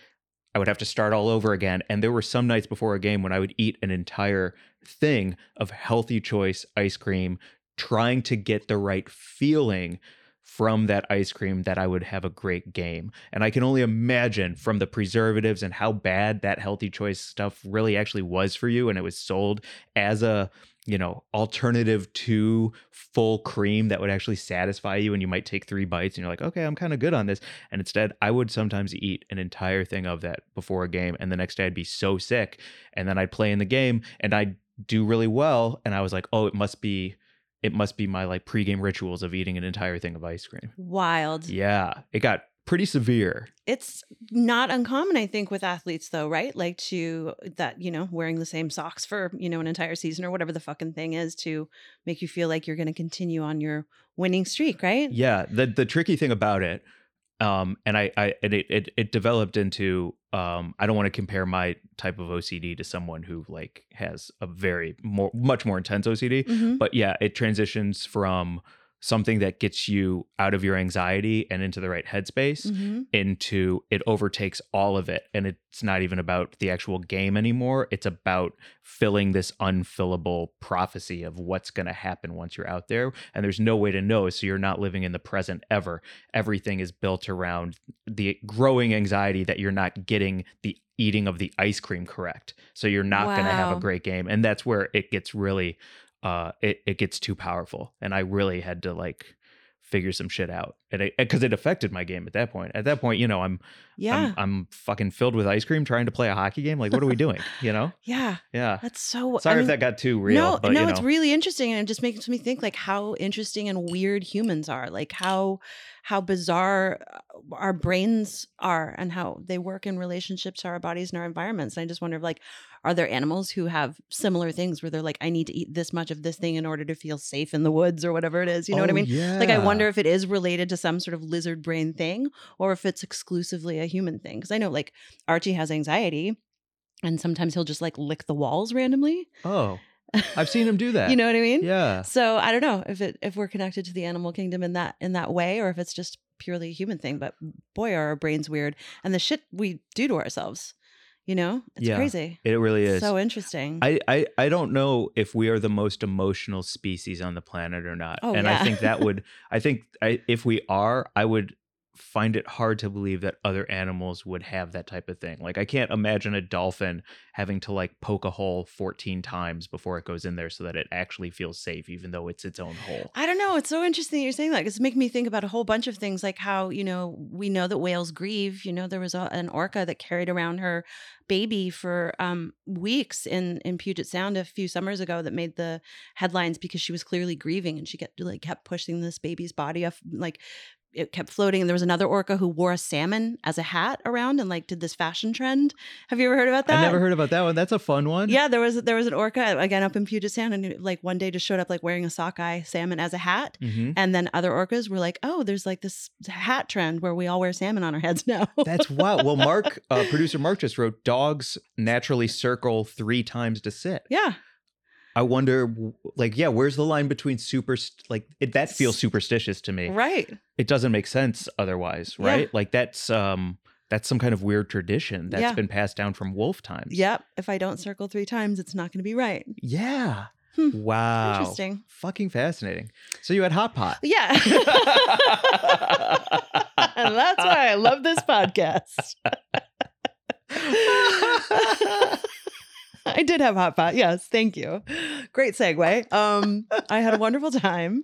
Speaker 2: I would have to start all over again. And there were some nights before a game when I would eat an entire thing of healthy choice ice cream, trying to get the right feeling from that ice cream that I would have a great game. And I can only imagine from the preservatives and how bad that healthy choice stuff really actually was for you. And it was sold as a, you know, alternative to full cream that would actually satisfy you. And you might take three bites and you're like, okay, I'm kind of good on this. And instead, I would sometimes eat an entire thing of that before a game. And the next day, I'd be so sick. And then I'd play in the game and I'd do really well. And I was like, oh, it must be. It must be my like pregame rituals of eating an entire thing of ice cream.
Speaker 3: Wild.
Speaker 2: Yeah, it got pretty severe.
Speaker 3: It's not uncommon, I think, with athletes though, right? Like to uh, that, you know, wearing the same socks for, you know, an entire season or whatever the fucking thing is to make you feel like you're gonna continue on your winning streak, right?
Speaker 2: Yeah, the the tricky thing about it, um, and I, I and it, it it developed into um, I don't want to compare my type of OCD to someone who like has a very more much more intense OCD,
Speaker 3: Mhm.
Speaker 2: but yeah, it transitions from something that gets you out of your anxiety and into the right headspace
Speaker 3: Mhm.
Speaker 2: into it overtakes all of it and it's not even about the actual game anymore it's about filling this unfillable prophecy of what's going to happen once you're out there and there's no way to know so you're not living in the present ever everything is built around the growing anxiety that you're not getting the eating of the ice cream correct so you're not going to have
Speaker 3: Wow.
Speaker 2: a great game and that's where it gets really uh it, it gets too powerful and i really had to like figure some shit out and because it, affected my game at that point at that point you know I'm,
Speaker 3: Yeah.
Speaker 2: I'm i'm fucking filled with ice cream trying to play a hockey game like what are we doing you know
Speaker 3: yeah.
Speaker 2: yeah
Speaker 3: That's so I
Speaker 2: sorry if
Speaker 3: mean,
Speaker 2: that got too real
Speaker 3: no,
Speaker 2: but
Speaker 3: no,
Speaker 2: you know
Speaker 3: it's really interesting, and it just makes me think like how interesting and weird humans are, like how how bizarre uh, our brains are, and how they work in relationship to our bodies and our environments. And I just wonder, like, are there animals who have similar things where they're like, I need to eat this much of this thing in order to feel safe in the woods or whatever it is. You know what I
Speaker 2: Oh,
Speaker 3: mean? Like, I
Speaker 2: yeah.
Speaker 3: wonder if it is related to some sort of lizard brain thing, or if it's exclusively a human thing. Because I know like Archie has anxiety. And sometimes he'll just like lick the walls randomly.
Speaker 2: oh
Speaker 3: (laughs)
Speaker 2: i've seen him do that
Speaker 3: You know what I mean?
Speaker 2: yeah
Speaker 3: So I don't know if it if we're connected to the animal kingdom in that in that way or if it's just purely a human thing, but boy are our brains weird and the shit we do to ourselves. You know? It's
Speaker 2: Yeah.
Speaker 3: crazy.
Speaker 2: it really is
Speaker 3: So interesting.
Speaker 2: I, I I don't know if we are the most emotional species on the planet or not.
Speaker 3: Oh,
Speaker 2: and
Speaker 3: yeah.
Speaker 2: I think that would I think I, if we are, I would find it hard to believe that other animals would have that type of thing. Like I can't imagine a dolphin having to like poke a hole 14 times before it goes in there so that it actually feels safe even though it's its own hole.
Speaker 3: I don't know. It's so interesting that you're saying that because it's making me think about a whole bunch of things, like how you know we know that whales grieve. You know, there was a, an orca that carried around her baby for um, weeks in in Puget Sound a few summers ago that made the headlines because she was clearly grieving and she kept like kept pushing this baby's body off like. It kept floating, and there was another orca who wore a salmon as a hat around and like did this fashion trend. Have you ever heard about that?
Speaker 2: I never heard about that one. That's a fun one.
Speaker 3: Yeah, there was there was an orca again up in Puget Sound, and it, like one day just showed up like wearing a sockeye salmon as a hat,
Speaker 2: hmm
Speaker 3: and then other orcas were like, oh, there's like this hat trend where we all wear salmon on our heads (laughs) now.
Speaker 2: That's wild. Well, Mark, uh, producer Mark just wrote dogs naturally circle three times to sit.
Speaker 3: yeah.
Speaker 2: I wonder, w- like, yeah, where's the line between super, like, it, that feels superstitious to me.
Speaker 3: Right.
Speaker 2: It doesn't make sense otherwise,
Speaker 3: Yeah.
Speaker 2: right? Like, that's um, that's some kind of weird tradition that's
Speaker 3: Yeah.
Speaker 2: been passed down from wolf times.
Speaker 3: Yep. If I don't circle three times, it's not going to be right.
Speaker 2: Yeah.
Speaker 3: Hmm.
Speaker 2: Wow. (laughs)
Speaker 3: Interesting.
Speaker 2: Fucking fascinating. So you had hot pot. (laughs)
Speaker 3: Yeah. and that's why (laughs) I love this podcast. (laughs) I did have hot pot. Yes, thank you. Great segue. Um, I had a wonderful time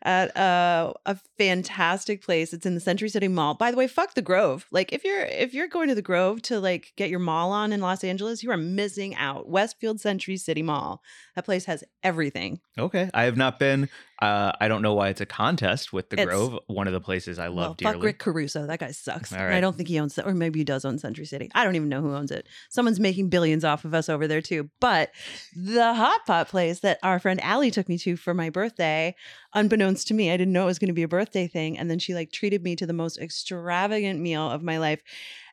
Speaker 3: at uh, a fantastic place. It's in the Century City Mall. By the way, fuck the Grove. Like if you're if you're going to the Grove to like get your mall on in Los Angeles, you are missing out. Westfield Century City Mall. That place has everything.
Speaker 2: Okay. I have not been. Uh, I don't know why it's a contest with the
Speaker 3: It's-
Speaker 2: Grove, one of the places I love
Speaker 3: well, fuck
Speaker 2: dearly.
Speaker 3: Rick Caruso. That guy sucks.
Speaker 2: All
Speaker 3: And I
Speaker 2: right.
Speaker 3: don't think he owns that, or maybe he does own Century City. I don't even know who owns it. Someone's making billions off of us over there too. But the hot pot place that our friend Allie took me to for my birthday, unbeknownst to me, I didn't know it was going to be a birthday thing, and then she like treated me to the most extravagant meal of my life.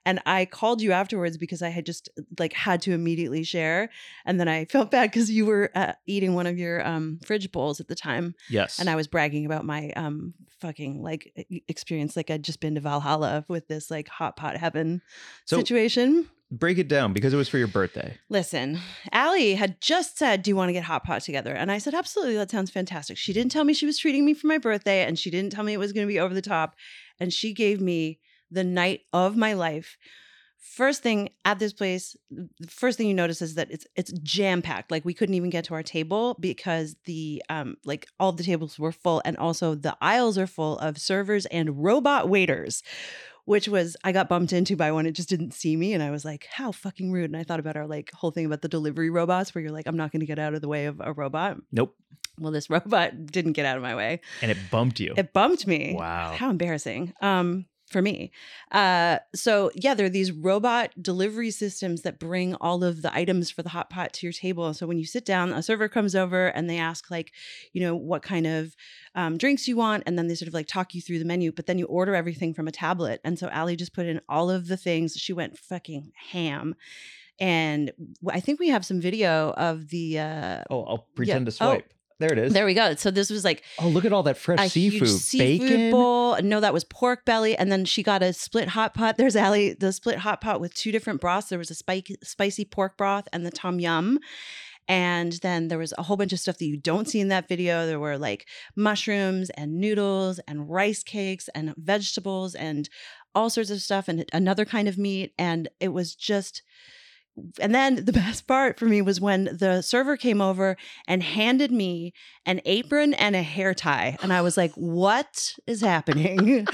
Speaker 3: And I called you afterwards because I had just like had to immediately share. And then I felt bad because you were uh, eating one of your um, fridge bowls at the time.
Speaker 2: Yes.
Speaker 3: And I was bragging about my um, fucking like e- experience. Like I'd just been to Valhalla with this like hot pot heaven
Speaker 2: so
Speaker 3: situation.
Speaker 2: break it down because it was for your birthday.
Speaker 3: Listen, Allie had just said, Do you want to get hot pot together? And I said, Absolutely, that sounds fantastic. She didn't tell me she was treating me for my birthday and she didn't tell me it was going to be over the top. And she gave me the night of my life. First thing at this place, the first thing you notice is that it's it's jam packed. Like we couldn't even get to our table because the um like all the tables were full and also the aisles are full of servers and robot waiters which was I got bumped into by one. It just didn't see me, and I was like, "How fucking rude!" And I thought about our like whole thing about the delivery robots, where you're like, "I'm not going to get out of the way of a robot."
Speaker 2: Nope.
Speaker 3: Well, this (laughs) robot didn't get out of my way.
Speaker 2: And it bumped you.
Speaker 3: It bumped me.
Speaker 2: wow.
Speaker 3: How embarrassing. Um, for me. Uh, so yeah, there are these robot delivery systems that bring all of the items for the hot pot to your table. So when you sit down, a server comes over and they ask like, you know, what kind of um, drinks you want, and then they sort of like talk you through the menu. But then you order everything from a tablet. And so Allie just put in all of the things. She went fucking ham. And I think we have some video of the. Uh,
Speaker 2: Oh, I'll pretend
Speaker 3: Yeah.
Speaker 2: to swipe. there it is.
Speaker 3: there we go. So this was like
Speaker 2: oh, look at all that fresh
Speaker 3: a
Speaker 2: seafood.
Speaker 3: huge seafood
Speaker 2: Bacon.
Speaker 3: bowl. No, that was pork belly, and then she got a split hot pot. (laughs) There's Allie, the split hot pot with two different broths. There was a spike, spicy pork broth and the tom yum. And then there was a whole bunch of stuff that you don't see in that video. There were like mushrooms and noodles and rice cakes and vegetables and all sorts of stuff and another kind of meat. And it was just, and then the (laughs) best part for me was when the server came over and handed me an apron and a hair tie. And I was like, what is happening?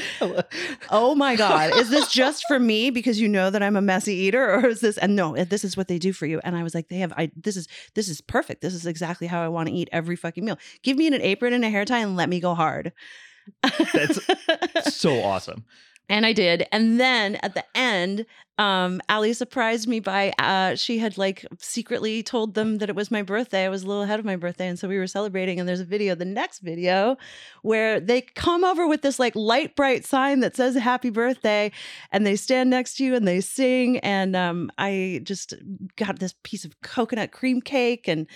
Speaker 3: oh my God. Is this just for me because you know that I'm a messy eater? Or is this, and no, this is what they do for you. And I was like, they have, I, this is, this is perfect. This is exactly how I want to eat every fucking meal. Give me an apron and a hair tie and let me go hard.
Speaker 2: (laughs) That's so
Speaker 3: (laughs)
Speaker 2: awesome.
Speaker 3: And I did. And then at the end, um, Allie surprised me by uh, she had like secretly told them that it was my birthday. I was a little ahead of my birthday. And so we were celebrating. And there's a video, the next video, where they come over with this like light, bright sign that says happy birthday. And they stand next to you and they sing. And um, I just got this piece of coconut cream cake. And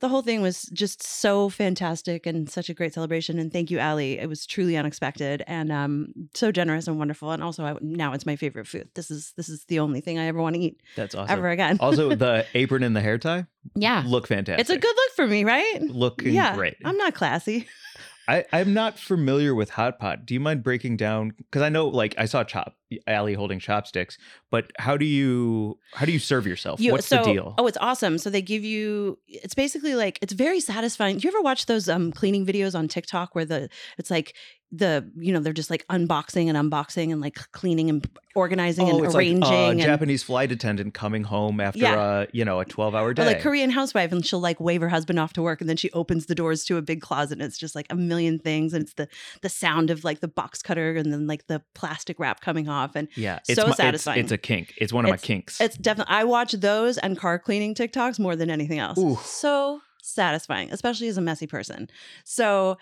Speaker 3: the whole thing was just so fantastic and such a great celebration. And thank you, Allie. It was truly unexpected and um, so generous and wonderful. And also, I, now it's my favorite food. This is this is the only thing I ever want to eat
Speaker 2: That's awesome.
Speaker 3: ever again.
Speaker 2: also, the apron and the hair tie
Speaker 3: (laughs) yeah,
Speaker 2: look fantastic.
Speaker 3: Ah, it's a good look for me, right?
Speaker 2: looking
Speaker 3: yeah,
Speaker 2: great.
Speaker 3: I'm not classy.
Speaker 2: I, I'm not familiar with hot pot. Do you mind breaking down? Because I know, like, I saw chop Allie holding chopsticks, but how do you how do you serve yourself?
Speaker 3: You-
Speaker 2: What's
Speaker 3: so,
Speaker 2: the deal?
Speaker 3: Oh, it's awesome. So they give you. It's basically like it's very satisfying. Do you ever watch those um cleaning videos on TikTok where the it's like the you know they're just like unboxing and unboxing and like cleaning and organizing
Speaker 2: Oh,
Speaker 3: and
Speaker 2: it's
Speaker 3: arranging
Speaker 2: like a
Speaker 3: and
Speaker 2: Japanese flight attendant coming home after
Speaker 3: Yeah.
Speaker 2: a you know a twelve hour day.
Speaker 3: Or like Korean housewife, and she'll like wave her husband off to work, and then she opens the doors to a big closet, and it's just like a million things, and it's the the sound of like the box cutter, and then like the plastic wrap coming off, and
Speaker 2: yeah,
Speaker 3: so satisfying.
Speaker 2: It's, a kink. It's one of my kinks.
Speaker 3: it's definitely I watch those and car cleaning TikToks more than anything else.
Speaker 2: Ooh.
Speaker 3: So satisfying, especially as a messy person. So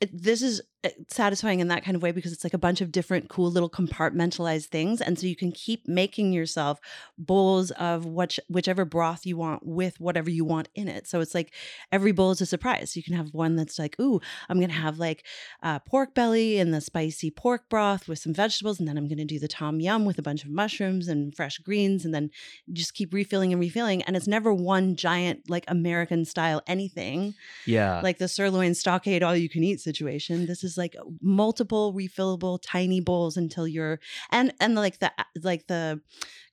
Speaker 3: it, this is uh, satisfying in that kind of way because it's like a bunch of different cool little compartmentalized things, and so you can keep making yourself bowls of which whichever broth you want with whatever you want in it. So it's like every bowl is a surprise. You can have one that's like, ooh, I'm gonna have like uh, pork belly and the spicy pork broth with some vegetables. And then I'm going to do the tom yum with a bunch of mushrooms and fresh greens. And then just keep refilling and refilling. And it's never one giant, like American style anything,
Speaker 2: yeah,
Speaker 3: like the sirloin stockade, all you can eat situation. This is like multiple refillable tiny bowls until you're, and, and like the, like the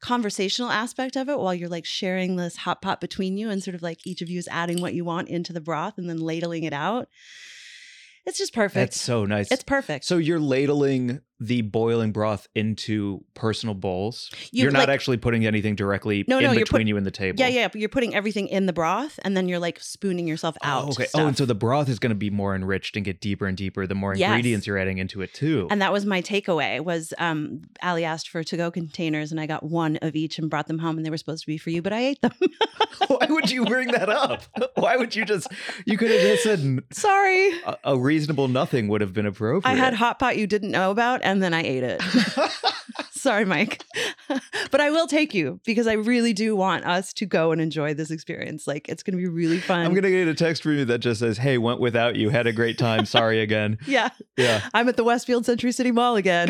Speaker 3: conversational aspect of it while you're like sharing this hot pot between you and sort of like each of you is adding what you want into the broth and then ladling it out. It's just perfect.
Speaker 2: that's so nice.
Speaker 3: It's perfect.
Speaker 2: so you're ladling the boiling broth into personal bowls.
Speaker 3: You,
Speaker 2: are not
Speaker 3: like-
Speaker 2: actually putting anything directly
Speaker 3: No,
Speaker 2: in
Speaker 3: no, you're
Speaker 2: between
Speaker 3: put-
Speaker 2: you and the table.
Speaker 3: Yeah, yeah. But you're putting everything in the broth, and then you're like spooning yourself out.
Speaker 2: Oh, okay.
Speaker 3: stuff.
Speaker 2: Oh, and so the broth is going to be more enriched and get deeper and deeper the more
Speaker 3: Yes.
Speaker 2: ingredients you're adding into it too.
Speaker 3: And that was my takeaway was um Ali asked for to-go containers and I got one of each and brought them home and they were supposed to be for you, but I
Speaker 2: (laughs)
Speaker 3: ate them.
Speaker 2: (laughs) Why would you bring that up? (laughs) Why would you just? You could have just said n-
Speaker 3: Sorry.
Speaker 2: a, a reasonable nothing would have been appropriate. (laughs)
Speaker 3: I had hot pot you didn't know about and then I ate it. (laughs) Sorry, Mike. (laughs) but I will take you because I really do want us to go and enjoy this experience. Like it's gonna be really fun.
Speaker 2: I'm gonna get a text from you that just says, "Hey, went without you. Had a great time. Sorry
Speaker 3: (laughs)
Speaker 2: again.
Speaker 3: yeah,
Speaker 2: Yeah.
Speaker 3: I'm at the Westfield Century City Mall again.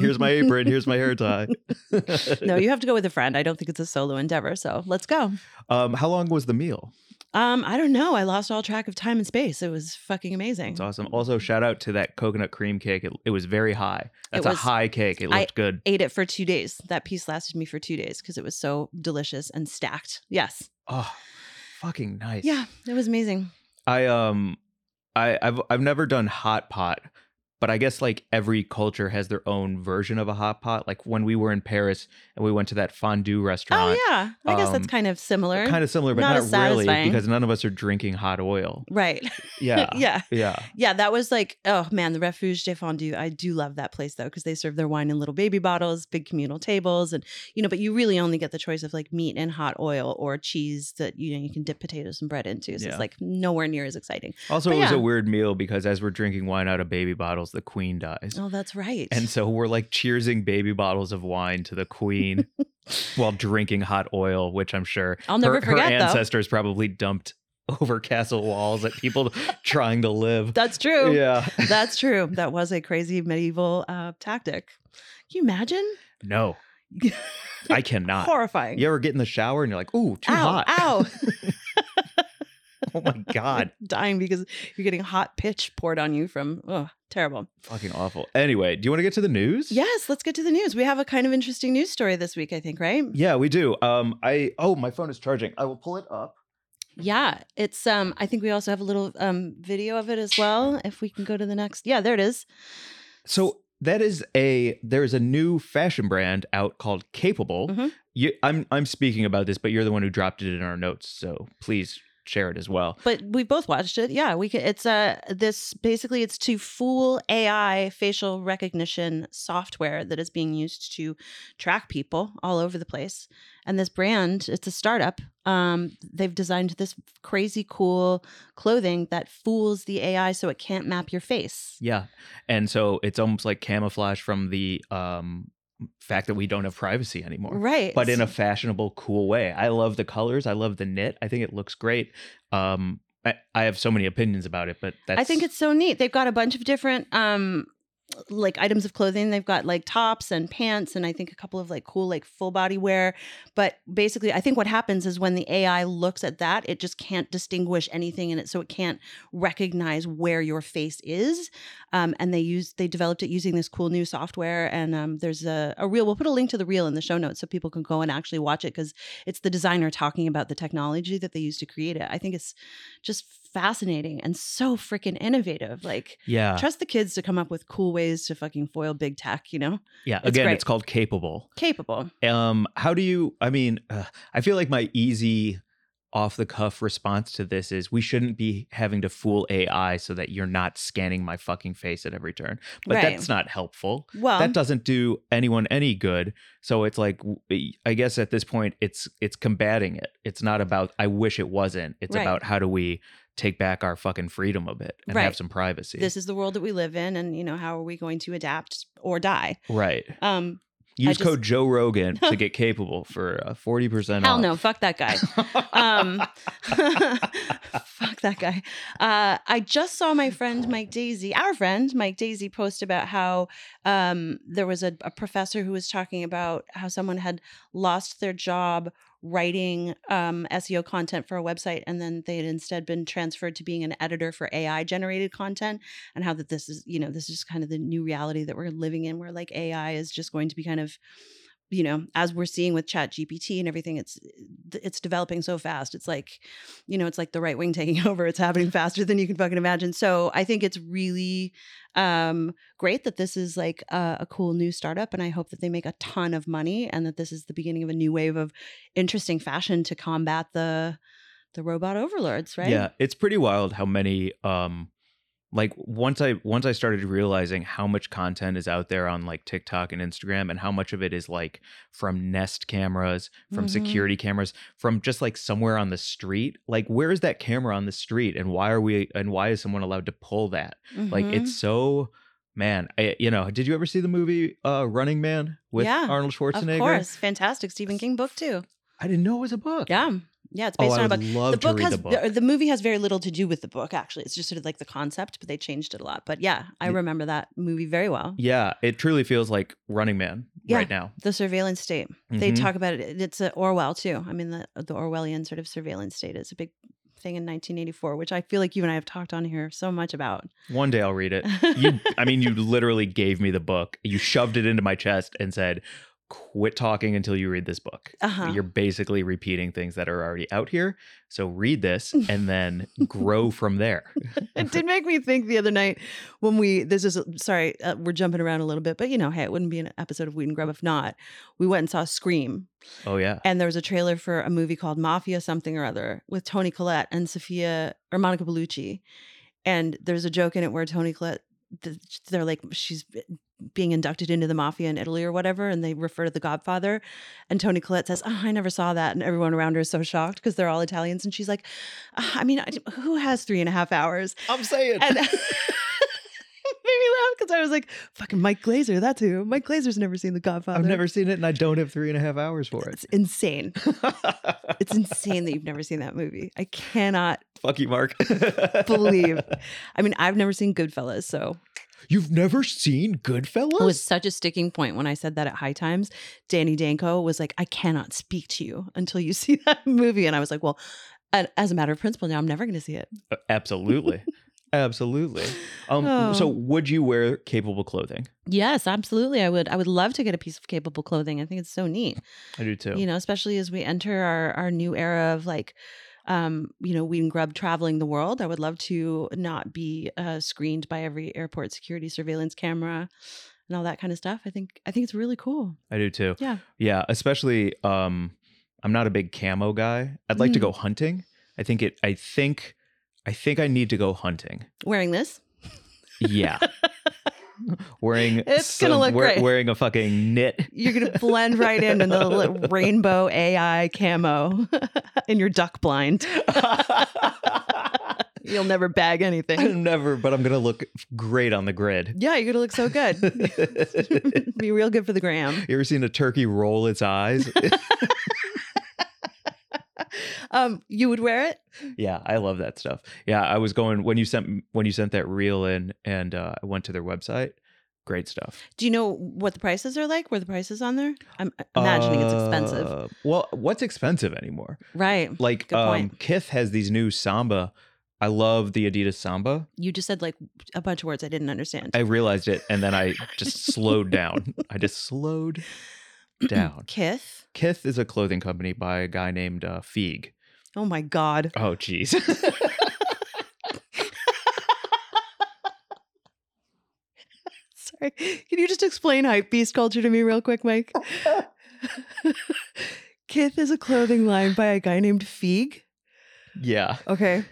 Speaker 2: (laughs) here's my apron. Here's my hair
Speaker 3: (laughs)
Speaker 2: tie."
Speaker 3: no, you have to go with a friend. I don't think it's a solo endeavor. So let's go.
Speaker 2: Um, how long was the meal?
Speaker 3: Um, I don't know. I lost all track of time and space. It was fucking amazing.
Speaker 2: It's awesome. Also, shout out to that coconut cream cake. It, it was very high. That's
Speaker 3: was-
Speaker 2: a high cake. It
Speaker 3: I-
Speaker 2: looked good.
Speaker 3: Ate it for two days. That piece lasted me for two days because it was so delicious and stacked. Yes.
Speaker 2: Oh, fucking nice.
Speaker 3: Yeah, it was amazing.
Speaker 2: I um I I've I've never done hot pot, but I guess like every culture has their own version of a hot pot. Like when we were in Paris and we went to that fondue
Speaker 3: Oh
Speaker 2: restaurant.
Speaker 3: yeah. I guess
Speaker 2: Um,
Speaker 3: that's kind of similar.
Speaker 2: Kind of similar, but
Speaker 3: Not
Speaker 2: not,
Speaker 3: as
Speaker 2: really
Speaker 3: satisfying.
Speaker 2: because none of us are drinking hot
Speaker 3: (laughs)
Speaker 2: oil.
Speaker 3: right.
Speaker 2: Yeah.
Speaker 3: yeah.
Speaker 2: Yeah.
Speaker 3: Yeah, that was like, oh man, the Refuge de Fondue. I do love that place though, because they serve their wine in little baby bottles, big communal tables, and you know, but you really only get the choice of like meat and hot oil or cheese that you know you can dip potatoes and bread into. So
Speaker 2: Yeah.
Speaker 3: it's like nowhere near as exciting.
Speaker 2: Also,
Speaker 3: But
Speaker 2: it was
Speaker 3: yeah.
Speaker 2: a weird meal because as we're drinking wine out of baby bottles, the queen dies.
Speaker 3: Oh, that's right.
Speaker 2: And so we're like cheersing baby bottles of wine to the
Speaker 3: (laughs)
Speaker 2: queen while drinking hot oil, which I'm sure
Speaker 3: I'll never
Speaker 2: her, her
Speaker 3: forget though.
Speaker 2: ancestors probably dumped (laughs) over castle walls at people (laughs) trying to live.
Speaker 3: That's true.
Speaker 2: Yeah.
Speaker 3: That's true. That was a crazy medieval uh, tactic. Can you imagine?
Speaker 2: No, I cannot.
Speaker 3: Horrifying.
Speaker 2: You ever get in the shower and Uh, you're like, ooh, too
Speaker 3: ow,
Speaker 2: hot.
Speaker 3: ow.
Speaker 2: (laughs)
Speaker 3: (laughs)
Speaker 2: Oh my God.
Speaker 3: Dying because you're getting hot pitch poured on you from, oh, terrible.
Speaker 2: Fucking awful. Anyway, do you want to get to the news?
Speaker 3: Yes, let's get to the news. We have a kind of interesting news story this week, I think, right?
Speaker 2: Yeah, we do. Um, I oh my phone is charging. I will pull it up.
Speaker 3: Yeah, it's um I think we also have a little um video of it as well if we can go to the next. Yeah, there it is.
Speaker 2: So that is a there's a new fashion brand out called Capable.
Speaker 3: Mhm.
Speaker 2: You, I'm I'm speaking about this, but you're the one who dropped it in our notes, so please share it as well.
Speaker 3: But we both watched it. Yeah, we can it's uh this basically it's to fool AI facial recognition software that is being used to track people all over the place. And this brand, it's a startup. Um they've designed this crazy cool clothing that fools the AI so it can't map your face.
Speaker 2: Yeah, and so it's almost like camouflage from the um fact that we don't have privacy anymore.
Speaker 3: Right.
Speaker 2: But in a fashionable, cool way. I love the colors. I love the knit. I think it looks great. Um, I, I have so many opinions about it, but that's
Speaker 3: I think it's so neat. They've got a bunch of different um like items of clothing. They've got like tops and pants and I think a couple of like cool like full body wear. But basically, I think what happens is when the AI looks at that, it just can't distinguish anything in it, so it can't recognize where your face is. Um, and they use they developed it using this cool new software. And um, there's a, a reel. We'll put a link to the reel in the show notes so people can go and actually watch it because it's the designer talking about the technology that they used to create it. I think it's just fascinating and so freaking innovative. Like,
Speaker 2: yeah,
Speaker 3: trust the kids to come up with cool ways to fucking foil big tech, you know?
Speaker 2: yeah.
Speaker 3: it's
Speaker 2: Again,
Speaker 3: great.
Speaker 2: it's called Capable.
Speaker 3: Capable.
Speaker 2: um how do you i mean uh, i feel like my easy off the cuff response to this is we shouldn't be having to fool ai so that you're not scanning my fucking face at every turn but
Speaker 3: Right.
Speaker 2: that's not helpful
Speaker 3: Well,
Speaker 2: that doesn't do anyone any good so it's like w- i guess at this point it's it's combating it it's not about i wish it wasn't it's
Speaker 3: Right.
Speaker 2: about how do we take back our fucking freedom a bit and
Speaker 3: Right.
Speaker 2: have some privacy
Speaker 3: this is the world that we live in, and, you know, how are we going to adapt or die?
Speaker 2: right
Speaker 3: Um,
Speaker 2: use
Speaker 3: just-
Speaker 2: code joe rogan to
Speaker 3: (laughs)
Speaker 2: get capable for uh, 40%
Speaker 3: hell
Speaker 2: off
Speaker 3: no, fuck that guy. um (laughs) fuck that guy uh i just saw my friend mike daisy our friend mike daisy post about how um there was a, a professor who was talking about how someone had lost their job writing um seo content for a website and then they had instead been transferred to being an editor for ai generated content and how that this is you know this is kind of the new reality that we're living in where like ai is just going to be kind of you know as we're seeing with chat gpt and everything it's th- it's developing so fast it's like you know it's like the right wing taking (laughs) over it's happening faster than you can fucking imagine so i think it's really um great that this is like a, a cool new startup and i hope that they make a ton of money and that this is the beginning of a new wave of interesting fashion to combat the the robot overlords right
Speaker 2: Yeah, it's pretty wild how many um like once I once I started realizing how much content is out there on like TikTok and Instagram and how much of it is like from Nest cameras, from
Speaker 3: Mhm.
Speaker 2: security cameras, from just like somewhere on the street. Like where is that camera on the street and why are we and why is someone allowed to pull that? Like
Speaker 3: Mhm.
Speaker 2: it's so man, I, you know, did you ever see the movie uh, Running Man with
Speaker 3: Yeah,
Speaker 2: Arnold
Speaker 3: Mm-hmm. Of
Speaker 2: Schwarzenegger?
Speaker 3: course, fantastic Stephen King book too.
Speaker 2: I didn't know it was a book.
Speaker 3: Yeah, yeah, it's
Speaker 2: Oh,
Speaker 3: based
Speaker 2: I
Speaker 3: on a
Speaker 2: would
Speaker 3: book.
Speaker 2: love
Speaker 3: the
Speaker 2: to
Speaker 3: book
Speaker 2: read
Speaker 3: has
Speaker 2: the book.
Speaker 3: The, movie has very little to do with the book. Actually, it's just sort of like the concept, but they changed it a lot. But yeah, I
Speaker 2: Y-
Speaker 3: remember that movie very well.
Speaker 2: Yeah, it truly feels like Running Man
Speaker 3: Yeah.
Speaker 2: right now.
Speaker 3: The surveillance state. They
Speaker 2: Mhm.
Speaker 3: talk about it. It's a Orwell too. I mean, the the Orwellian sort of surveillance state is a big thing in 1984, which I feel like you and I have talked on here so
Speaker 2: (laughs)
Speaker 3: much about.
Speaker 2: One day I'll read
Speaker 3: (laughs)
Speaker 2: it. You, I mean, you literally gave me the book. You shoved it into my chest and said, "Quit talking until you read this book."
Speaker 3: Uh-huh.
Speaker 2: You're basically repeating things that are already out here. So read
Speaker 3: (laughs)
Speaker 2: this and then grow from there.
Speaker 3: it did make me think the other night when we this is sorry uh, we're jumping around a little bit but you know hey it wouldn't be an episode of weed and grub if not we went and saw scream
Speaker 2: Oh yeah.
Speaker 3: and there was a trailer for a movie called mafia something or other with tony collette and sophia or monica bellucci and there's a joke in it where tony collette th- they're like she's being inducted into the mafia in italy or whatever and they refer to the godfather and tony collette says oh, i never saw that and everyone around her is so shocked because they're all italians and she's like "Ah, i mean I- who has three and a half hours
Speaker 2: I'm saying.
Speaker 3: and (laughs) made me laugh because I was like, "Fucking Mike Glazer, that's who." Mike Glazer's never seen The
Speaker 2: (laughs)
Speaker 3: Godfather.
Speaker 2: I've never seen it, and I don't have three and a half hours for
Speaker 3: It's insane.
Speaker 2: it.
Speaker 3: It's insane that you've never seen that movie. I cannot
Speaker 2: Fuck you, Mark.
Speaker 3: (laughs) believe. I mean, I've never seen Goodfellas, so
Speaker 2: (laughs) You've never seen Goodfellas?
Speaker 3: it was such a sticking point when I said that at High Times. Danny Danko was like, "I cannot speak to you until you (laughs) see that movie," and I was like, "Well." a- As a matter of principle, now I'm never going to see it.
Speaker 2: Uh,
Speaker 3: (laughs)
Speaker 2: Absolutely. Absolutely. Um,
Speaker 3: Oh.
Speaker 2: So, would you wear capable clothing?
Speaker 3: Yes, absolutely, I would. I would love to get a piece of capable clothing. I think it's so neat.
Speaker 2: I do too.
Speaker 3: you know especially as we enter our our new era of like um you know weed and grub traveling the world i would love to not be uh, screened by every airport security surveillance camera and all that kind of stuff i think i think it's really cool
Speaker 2: I do too.
Speaker 3: Yeah.
Speaker 2: Yeah. Especially, um, I'm not a big camo guy. I'd like to
Speaker 3: Mm.
Speaker 2: go hunting. I think it, I think, I think I need to go hunting.
Speaker 3: wearing this (laughs)
Speaker 2: Yeah. wearing,
Speaker 3: It's gonna look great.
Speaker 2: wearing a fucking
Speaker 3: (laughs)
Speaker 2: knit. (laughs)
Speaker 3: you're gonna blend right in in the little rainbow ai camo (laughs) in your duck blind you'll never bag anything
Speaker 2: (laughs) I'm never, but I'm going to look great on the grid. (laughs)
Speaker 3: yeah you're gonna look so good (laughs) be real good for the gram
Speaker 2: You ever seen a turkey roll its
Speaker 3: (laughs)
Speaker 2: eyes? (laughs)
Speaker 3: um you would wear it
Speaker 2: yeah, I love that stuff. Yeah, I was going when you sent when you sent that reel in, and uh, I went to their website. Great stuff.
Speaker 3: Do you know what the prices are like? Were the prices on there? I'm uh, imagining it's expensive.
Speaker 2: Uh, Well, what's expensive anymore?
Speaker 3: Right.
Speaker 2: Like
Speaker 3: Good
Speaker 2: um,
Speaker 3: point.
Speaker 2: Kith has these new samba. I love the Adidas samba.
Speaker 3: You just said like a bunch of words I didn't understand.
Speaker 2: I realized it, and then I just
Speaker 3: (laughs)
Speaker 2: slowed down. I just
Speaker 3: (clears throat)
Speaker 2: slowed down.
Speaker 3: Kith.
Speaker 2: Kith is a clothing company by a guy named uh, Feig.
Speaker 3: Oh my God. (laughs)
Speaker 2: Oh, jeez. (laughs)
Speaker 3: Sorry. Can you just explain hype beast culture to me real
Speaker 2: (laughs)
Speaker 3: quick, Mike? (laughs) Kith is a clothing line by a guy named Feig.
Speaker 2: yeah.
Speaker 3: Okay.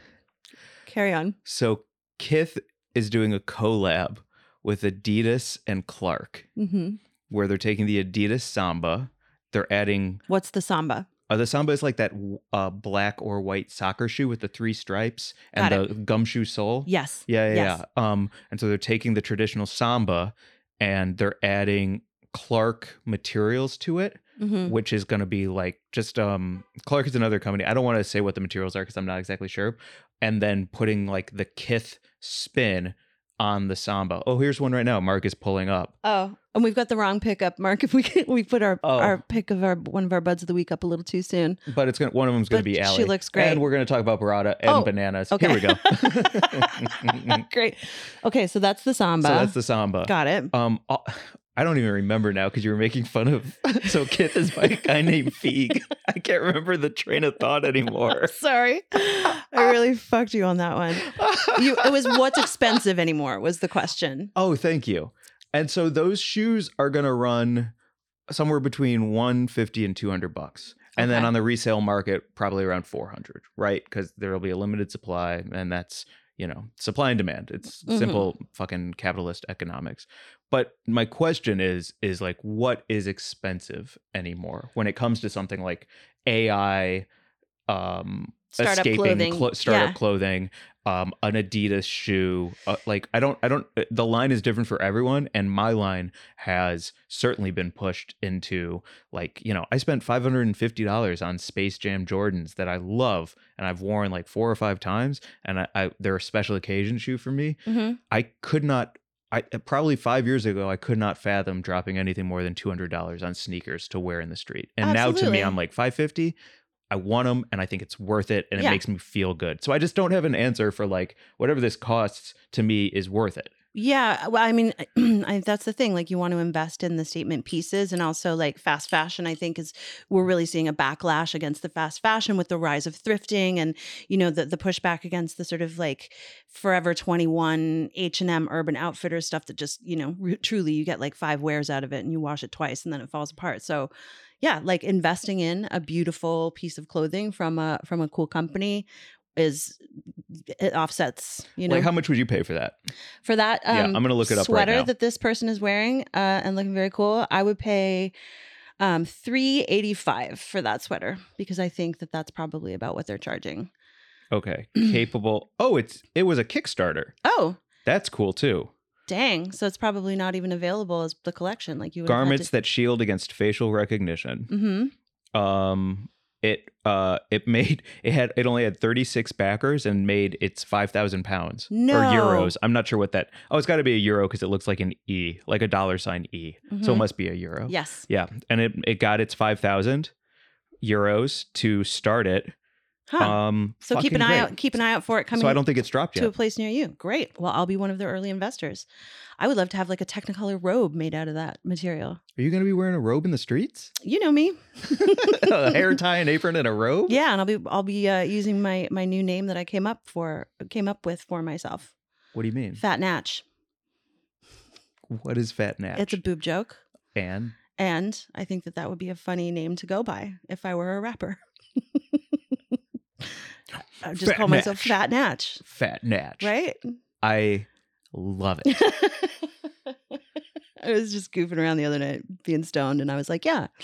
Speaker 3: Carry on.
Speaker 2: So Kith is doing a collab with Adidas and Clark,
Speaker 3: hmm
Speaker 2: where they're taking the Adidas Samba, they're adding
Speaker 3: What's the samba?
Speaker 2: uh, the Samba is like that uh, black or white soccer shoe with the three stripes and
Speaker 3: Got
Speaker 2: the gumshoe sole.
Speaker 3: Yes.
Speaker 2: Yeah, yeah,
Speaker 3: Yes.
Speaker 2: yeah. Um, and so they're taking the traditional Samba and they're adding Clark materials to it,
Speaker 3: hmm
Speaker 2: which is going to be like just um Clark is another company. I don't want to say what the materials are because I'm not exactly sure. And then putting like the Kith spin on the samba. Oh, here's one right now. Mark is pulling up.
Speaker 3: Oh, and we've got the wrong pickup, Mark. If we could, we put our
Speaker 2: Oh.
Speaker 3: our pick of our one of our buds of the week up a little too soon.
Speaker 2: But it's gonna one of them's gonna
Speaker 3: But
Speaker 2: be
Speaker 3: she
Speaker 2: Allie.
Speaker 3: looks great.
Speaker 2: And we're gonna talk about burrata and
Speaker 3: Oh,
Speaker 2: bananas.
Speaker 3: okay.
Speaker 2: Here we go.
Speaker 3: (laughs)
Speaker 2: (laughs) so
Speaker 3: Great. Okay, so that's the samba.
Speaker 2: that's the samba.
Speaker 3: Got it.
Speaker 2: Um uh, I don't even remember now because you were making fun
Speaker 3: (laughs)
Speaker 2: of so Kith is by a guy named Feig. I can't remember the train of thought
Speaker 3: (laughs)
Speaker 2: anymore.
Speaker 3: Sorry. I really fucked you on that one. You, it was what's expensive anymore was the question.
Speaker 2: Oh, thank you. And so those shoes are going to run somewhere between 150 and 200 bucks. And then
Speaker 3: Okay.
Speaker 2: on the resale market, probably around 400, right? Because there'll be a limited supply. And that's, you know, supply and demand. It's
Speaker 3: Mhm.
Speaker 2: simple fucking capitalist economics. But my question is, is like, what is expensive anymore when it comes to something like AI, um,
Speaker 3: startup
Speaker 2: escaping
Speaker 3: clothing.
Speaker 2: clo- startup clothing, um, an Adidas shoe. Uh, like I don't, I don't. The line is different for everyone, and my line has certainly been pushed into like you know I spent five hundred and fifty dollars on Space Jam Jordans that I love and I've worn like four or five times, and I, I they're a special occasion shoe for me.
Speaker 3: yeah. hmm
Speaker 2: I could not. I uh, probably five years ago, I could not fathom dropping anything more than two hundred dollars on sneakers to wear in the street. And now, to
Speaker 3: Absolutely.
Speaker 2: me, I'm like five fifty. I want them, and I think it's worth it, and
Speaker 3: Yeah.
Speaker 2: it makes me feel good. So I just don't have an answer for like whatever this costs to me is worth it.
Speaker 3: Yeah, well, I mean, (clears throat) I, that's the thing. Like, you want to invest in the statement pieces, and also like fast fashion. I think is we're really seeing a backlash against the fast fashion with the rise of thrifting, and you know the the pushback against the sort of like Forever Twenty One, H and M, Urban Outfitters stuff that just you know re- truly you get like five wears out of it, and you wash it twice, and then it falls apart. So, yeah, like investing in a beautiful piece of clothing from a from a cool company is it offsets you know
Speaker 2: like, how much would you pay for that?
Speaker 3: for that um,
Speaker 2: Yeah, I'm gonna look it up right
Speaker 3: sweater
Speaker 2: now.
Speaker 3: that this person is wearing uh, and looking very cool. I would pay um, three eighty five for that sweater because I think that that's probably about what they're charging. (clears throat)
Speaker 2: Okay, capable. Oh, it's it was a Kickstarter.
Speaker 3: Oh,
Speaker 2: That's cool too.
Speaker 3: dang! So it's probably not even available as the collection. Like you would
Speaker 2: Garments that shield against facial recognition.
Speaker 3: hmm
Speaker 2: um it uh it made (laughs) it had it only had 36 backers and made its 5000 pounds
Speaker 3: No.
Speaker 2: or euros i'm not sure what that oh it's got to be a euro because it looks like an e like a dollar sign e so it
Speaker 3: Mhm.
Speaker 2: must be a euro
Speaker 3: Yes.
Speaker 2: yeah and it, it got its 5000 euros to start it
Speaker 3: Huh.
Speaker 2: um
Speaker 3: so keep
Speaker 2: fucking
Speaker 3: an eye
Speaker 2: great.
Speaker 3: out. Keep an eye out for it coming.
Speaker 2: so i don't think it's dropped
Speaker 3: to
Speaker 2: yet
Speaker 3: a place near you. Great. Well, I'll be one of the early investors. I would love to have like a Technicolor robe made out of that material.
Speaker 2: are you gonna be wearing a robe in the
Speaker 3: (laughs)
Speaker 2: streets
Speaker 3: You know me.
Speaker 2: (laughs) a hair tie an apron and a robe
Speaker 3: Yeah, and I'll be I'll be uh, using my my new name that I came up for came up with for myself.
Speaker 2: what do you mean
Speaker 3: Fat Natch.
Speaker 2: what is fat nap
Speaker 3: It's a boob joke,
Speaker 2: and
Speaker 3: and I think that that would be a funny name to go by if I were a rapper. (laughs) I would just
Speaker 2: Fat
Speaker 3: call myself
Speaker 2: Natch.
Speaker 3: Fat Natch,
Speaker 2: fat natch
Speaker 3: right?
Speaker 2: i love it
Speaker 3: I was just goofing around the other night, being stoned, and I was like, "Yeah, I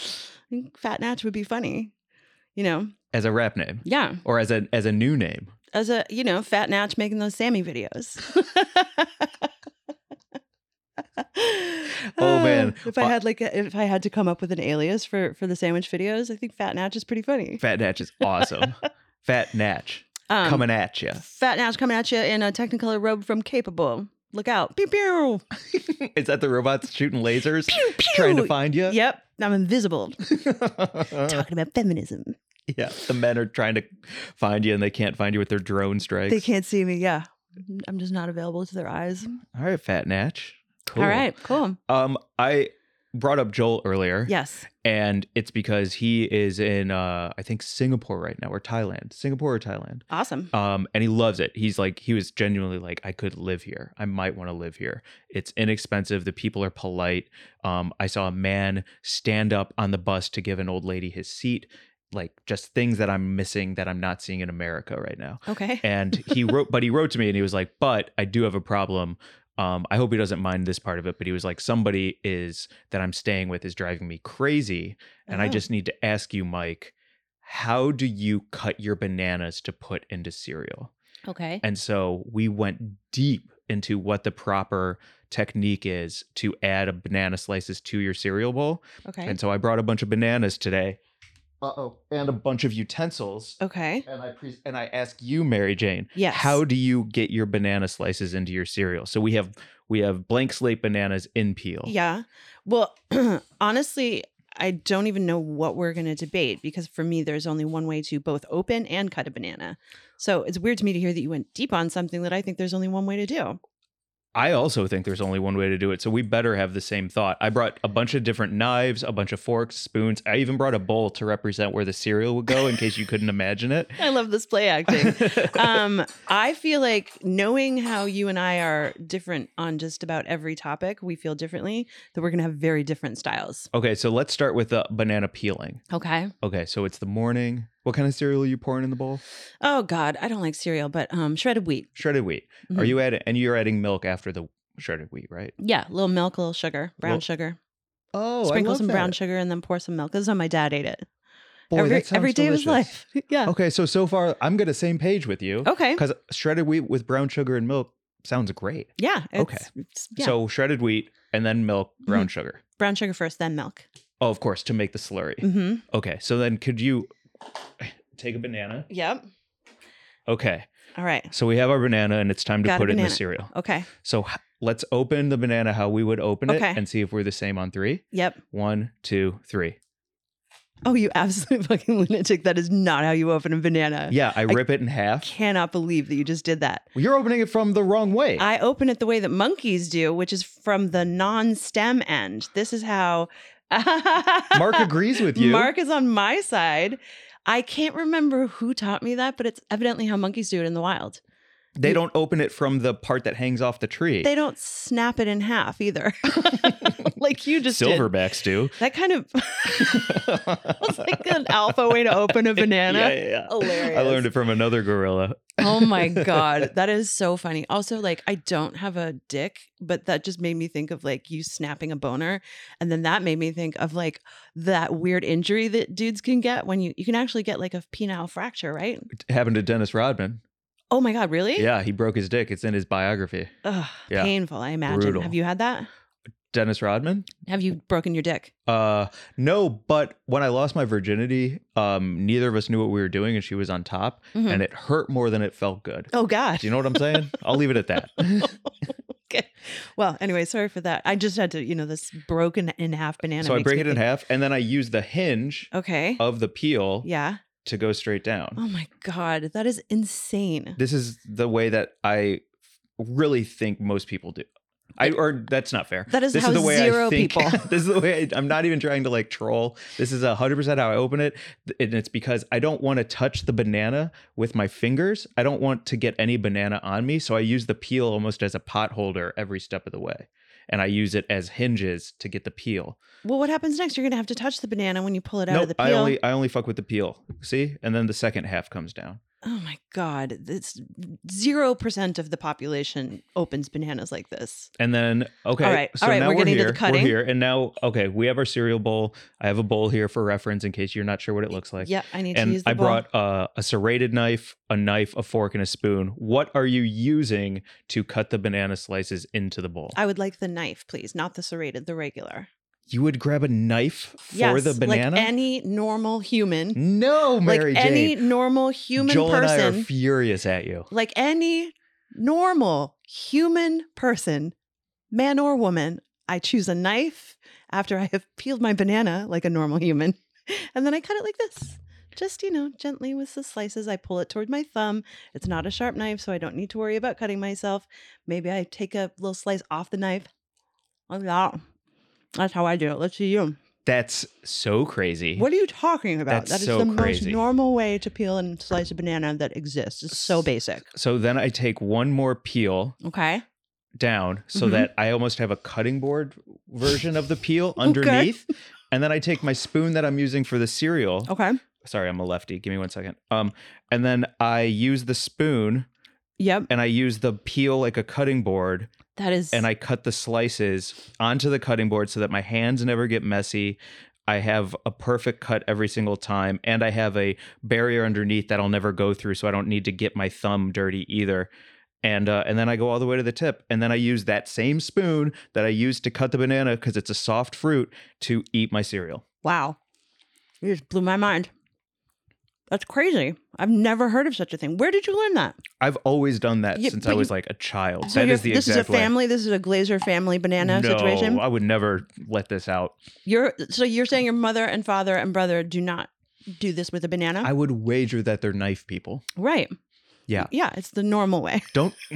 Speaker 3: think Fat Natch would be funny." You know,
Speaker 2: as a rap name
Speaker 3: yeah,
Speaker 2: or as a as a new name.
Speaker 3: as a you know, Fat Natch making those Sammy videos.
Speaker 2: Oh, man.
Speaker 3: (laughs) if I
Speaker 2: Uh,
Speaker 3: had like a, if I had to come up with an alias for for the sandwich videos, I think Fat Natch is pretty funny.
Speaker 2: Fat Natch is
Speaker 3: (laughs)
Speaker 2: awesome. Fat Natch
Speaker 3: Um,
Speaker 2: coming at
Speaker 3: (laughs)
Speaker 2: you.
Speaker 3: Fat Natch coming at you in a Technicolor robe from Capable. Look out! Pew pew
Speaker 2: is that the robots shooting lasers
Speaker 3: pew pew.
Speaker 2: trying to find Uh. you?
Speaker 3: Yep, I'm invisible. Talking about feminism.
Speaker 2: (laughs) yeah, the men are trying to find you and they can't find you with their drone strikes.
Speaker 3: They can't see me. Yeah, I'm just not available to their eyes.
Speaker 2: All right, Fat Natch. Cool.
Speaker 3: All right, cool.
Speaker 2: Um, I brought up Joel earlier.
Speaker 3: Yes.
Speaker 2: and it's because he is in uh I think Singapore right now or Thailand, Singapore or Thailand.
Speaker 3: Awesome.
Speaker 2: Um, and he loves it. He's like, he was genuinely like, I could live here. I might want to live here. It's inexpensive. The people are polite. Um, I saw a man stand up on the bus to give an old lady his seat. Like just things that I'm missing that I'm not seeing in America right now.
Speaker 3: Okay.
Speaker 2: And he wrote, but he wrote to me and he was like, but I do have a problem. Um, I hope he doesn't mind this part of it, but he was like, somebody is that I'm staying with is driving me crazy. And I
Speaker 3: Oh.
Speaker 2: just need to ask you, Mike, how do you cut your bananas to put into cereal?
Speaker 3: okay.
Speaker 2: And so we went deep into what the proper technique is to add a banana slices to your cereal bowl.
Speaker 3: Okay.
Speaker 2: And so I brought a bunch of bananas today. Uh oh. And a bunch of utensils.
Speaker 3: okay.
Speaker 2: And I pre- and I ask you, Mary Jane,
Speaker 3: Yes.
Speaker 2: how do you get your banana slices into your cereal? So we have we have blank slate bananas in peel.
Speaker 3: Yeah. Well, (clears throat) honestly, I don't even know what we're going to debate because for me, there's only one way to both open and cut a banana. So it's weird to me to hear that you went deep on something that I think there's only one way to do.
Speaker 2: I also think there's only one way to do it. So we better have the same thought. I brought a bunch of different knives, a bunch of forks, spoons. I even brought a bowl to represent where the cereal would go in case you couldn't imagine it.
Speaker 3: I love this play acting. (laughs) um, I feel like knowing how you and I are different on just about every topic, we feel differently, that we're going to have very different styles.
Speaker 2: (laughs) okay, so let's start with the banana peeling.
Speaker 3: Okay.
Speaker 2: Okay, so it's the morning. What kind of cereal are you pouring in the bowl?
Speaker 3: Oh God, I don't like cereal, but um, shredded wheat.
Speaker 2: Shredded wheat. Are
Speaker 3: Mhm.
Speaker 2: you adding and you're adding milk after the shredded wheat, right?
Speaker 3: Yeah, a little milk, a little sugar, brown
Speaker 2: Well,
Speaker 3: sugar.
Speaker 2: Oh,
Speaker 3: Sprinkle some brown
Speaker 2: sugar.
Speaker 3: sugar and then pour some milk. This is how my dad ate it.
Speaker 2: Boy,
Speaker 3: every
Speaker 2: that sounds
Speaker 3: every day of his
Speaker 2: delicious.
Speaker 3: life. (laughs) yeah.
Speaker 2: Okay, so so far I'm gonna same page with you
Speaker 3: Okay.
Speaker 2: because shredded wheat with brown sugar and milk sounds great.
Speaker 3: Yeah. It's,
Speaker 2: Okay.
Speaker 3: it's- yeah. Mm-hmm.
Speaker 2: So shredded wheat and then milk, brown sugar.
Speaker 3: brown sugar first, then milk.
Speaker 2: Oh, of course, to make the slurry.
Speaker 3: Mm-hmm.
Speaker 2: Okay, so then could you take a banana?
Speaker 3: Yep.
Speaker 2: Okay,
Speaker 3: All right.
Speaker 2: so we have our banana and it's time to
Speaker 3: Got a
Speaker 2: put it in the
Speaker 3: banana.
Speaker 2: cereal.
Speaker 3: Okay.
Speaker 2: So h- let's open the banana how we would open it
Speaker 3: Okay.
Speaker 2: and see if we're the same on three.
Speaker 3: Yep.
Speaker 2: One, two, three.
Speaker 3: Oh, you absolute (laughs) fucking lunatic. That is not how you open a banana.
Speaker 2: Yeah, I rip it in half.
Speaker 3: Cannot believe that you just did that.
Speaker 2: Well, You're opening it from the wrong
Speaker 3: (laughs)
Speaker 2: way.
Speaker 3: I open it the way that monkeys do, which is from the non-stem end. This is how (laughs)
Speaker 2: Mark agrees with you.
Speaker 3: Mark is on my side. I can't remember who taught me that, but it's evidently how monkeys do it in the wild.
Speaker 2: they don't open it from the part that hangs off the tree.
Speaker 3: They don't snap it in half either, (laughs) like you just did.
Speaker 2: Silverbacks do.
Speaker 3: That
Speaker 2: (laughs)
Speaker 3: kind of was like an alpha way to open a banana.
Speaker 2: Yeah, yeah, yeah. I
Speaker 3: Hilarious.
Speaker 2: learned it from another gorilla.
Speaker 3: Oh my god, that is so funny. Also, like I don't have a dick, but that just made me think of like you snapping a boner, and then that made me think of like that weird injury that dudes can get when you you can actually get like a penile fracture, right?
Speaker 2: It happened to Dennis Rodman.
Speaker 3: Oh my god, really?
Speaker 2: Yeah, he broke his dick. It's in his biography.
Speaker 3: Ugh,
Speaker 2: Yeah.
Speaker 3: Painful, I imagine.
Speaker 2: Brutal.
Speaker 3: Have you had that?
Speaker 2: Dennis Rodman?
Speaker 3: Have you broken your dick?
Speaker 2: Uh no, but when I lost my virginity, um neither of us knew what we were doing and she was on top
Speaker 3: Mhm.
Speaker 2: and it hurt more than it felt good.
Speaker 3: Oh god. (laughs)
Speaker 2: Do you know what I'm saying? I'll leave it at that. (laughs)
Speaker 3: Well, anyway, sorry for that. I just had to, you know, this broken in half banana.
Speaker 2: so I
Speaker 3: makes
Speaker 2: break
Speaker 3: me
Speaker 2: it in Uh,
Speaker 3: think-
Speaker 2: half and then I use the hinge
Speaker 3: Okay.
Speaker 2: of the peel
Speaker 3: Yeah.
Speaker 2: to go straight down.
Speaker 3: Oh my god, that is insane.
Speaker 2: This is the way that I really think most people do. I or that's not fair.
Speaker 3: That is
Speaker 2: this
Speaker 3: how
Speaker 2: is the way I
Speaker 3: zero
Speaker 2: think.
Speaker 3: people.
Speaker 2: (laughs)
Speaker 3: (laughs)
Speaker 2: this is the way I, I'm not even trying to like troll. This is hundred percent how I open it, Th- and it's because I don't want to touch the banana with my fingers. I don't want to get any banana on me, so I use the peel almost as a pot holder every step of the way, and I use it as hinges to get the peel.
Speaker 3: Well, what happens next? You're gonna have to touch the banana when you pull it out
Speaker 2: No,
Speaker 3: of the peel.
Speaker 2: I only I only fuck with the peel. See, and then the second half comes down.
Speaker 3: oh my god, it's zero percent of the population opens bananas like this.
Speaker 2: And then okay,
Speaker 3: All right,
Speaker 2: so
Speaker 3: all right,
Speaker 2: now
Speaker 3: we're
Speaker 2: we're,
Speaker 3: getting to
Speaker 2: here.
Speaker 3: the cutting.
Speaker 2: We're here, and now okay, we have our cereal bowl. I have a bowl here for reference in case you're not sure what it looks like.
Speaker 3: yeah, I need to
Speaker 2: And
Speaker 3: use the
Speaker 2: I
Speaker 3: bowl.
Speaker 2: brought uh, a serrated knife, a knife, a fork, and a spoon. What are you using to cut the banana slices into the bowl?
Speaker 3: I would like the knife, please, not the serrated, the regular.
Speaker 2: you would grab a knife for
Speaker 3: yes,
Speaker 2: the banana?
Speaker 3: like any normal human,
Speaker 2: no, Mary
Speaker 3: like any
Speaker 2: Jane.
Speaker 3: normal human
Speaker 2: Joel
Speaker 3: person,
Speaker 2: and I are furious at you.
Speaker 3: like any normal human person, man or woman, I choose a knife after I have peeled my banana like a normal human. (laughs) And then I cut it like this. Just, you know, gently with the slices. I pull it toward my thumb. It's not a sharp knife, so I don't need to worry about cutting myself. Maybe I take a little slice off the knife. Like that. That's how I do it. Let's see you.
Speaker 2: That's so crazy.
Speaker 3: What are you talking about?
Speaker 2: That's
Speaker 3: that is
Speaker 2: so
Speaker 3: the
Speaker 2: crazy.
Speaker 3: most normal way to peel and slice a banana that exists. It's so basic.
Speaker 2: So then I take one more peel
Speaker 3: Okay.
Speaker 2: down so
Speaker 3: Mhm.
Speaker 2: that I almost have a cutting board version of the
Speaker 3: (laughs)
Speaker 2: peel underneath. And then I take my spoon that I'm using for the cereal.
Speaker 3: Okay.
Speaker 2: Sorry, I'm a lefty. Give me one second. Um, and then I use the spoon
Speaker 3: Yep.
Speaker 2: and I use the peel like a cutting board
Speaker 3: That is
Speaker 2: and I cut the slices onto the cutting board so that my hands never get messy. I have a perfect cut every single time and I have a barrier underneath that I'll never go through so I don't need to get my thumb dirty either. And uh, and then I go all the way to the tip and then I use that same spoon that I used to cut the banana cuz it's a soft fruit to eat my cereal.
Speaker 3: wow. You just blew my mind. That's crazy. I've never heard of such a thing. Where did you learn that?
Speaker 2: I've always done that
Speaker 3: Yeah,
Speaker 2: since
Speaker 3: but
Speaker 2: I was
Speaker 3: you-
Speaker 2: like a child.
Speaker 3: So
Speaker 2: that
Speaker 3: you're-
Speaker 2: is the
Speaker 3: this is a
Speaker 2: exact way.
Speaker 3: family. This is a Glazer family banana
Speaker 2: no, uh,
Speaker 3: situation. Oh.
Speaker 2: I would never let this out.
Speaker 3: You're so you're saying your mother and father and brother do not do this with a banana,
Speaker 2: I would wager that they're knife people.
Speaker 3: right?
Speaker 2: Yeah.
Speaker 3: Yeah, it's the normal way. (laughs)
Speaker 2: Don't (laughs)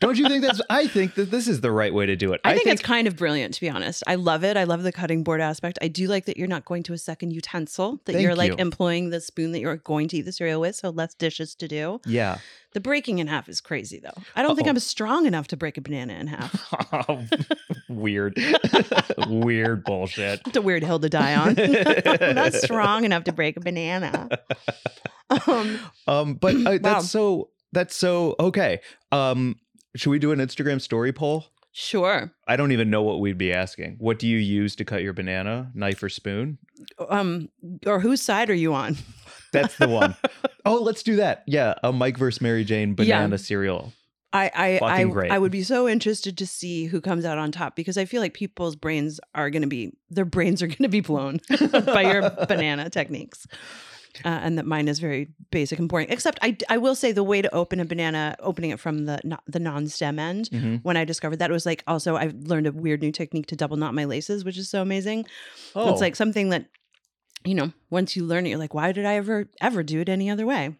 Speaker 2: Don't you think that's I think that this is the right way to do it.
Speaker 3: I, think, it's kind of brilliant, to be honest. I love it. I love the cutting board aspect. I do like that you're not going to a second utensil. That
Speaker 2: Thank
Speaker 3: you're like
Speaker 2: you.
Speaker 3: employing the spoon that you're going to eat the cereal with, so less dishes to do.
Speaker 2: (laughs)
Speaker 3: (laughs)
Speaker 2: yeah.
Speaker 3: The breaking in half is crazy, though. I don't think
Speaker 2: Uh-oh.
Speaker 3: I'm strong enough to break a banana in half. (laughs)
Speaker 2: Weird. (laughs) Weird bullshit.
Speaker 3: It's a weird hill to die on. (laughs) I'm not strong enough to break
Speaker 2: (laughs)
Speaker 3: a banana. Um,
Speaker 2: Um but uh,
Speaker 3: Wow.
Speaker 2: that's so that's so okay. Um should we do an Instagram story poll?
Speaker 3: Sure.
Speaker 2: I don't even know what we'd be asking. What do you use to cut your banana? Knife or spoon?
Speaker 3: Um, or whose side are you on?
Speaker 2: That's the one. (laughs) oh, let's do that. Yeah, a Mike versus Mary Jane
Speaker 3: Yeah.
Speaker 2: banana cereal.
Speaker 3: I I I,
Speaker 2: Fucking great.
Speaker 3: I would be so interested to see who comes out on top because I feel like people's brains are going to be their brains are going to be blown (laughs) by
Speaker 2: (laughs)
Speaker 3: your banana techniques. Uh, and that mine is very basic and boring. Except I, I will say the way to open a banana, opening it from the no- the non-stem end. (laughs)
Speaker 2: Mhm.
Speaker 3: When I discovered that, it was like also I learned a weird new technique to double knot my laces, which is so amazing.
Speaker 2: Oh,
Speaker 3: It's like something that, you know, once you learn it, you're like, why did I ever ever do it any other way?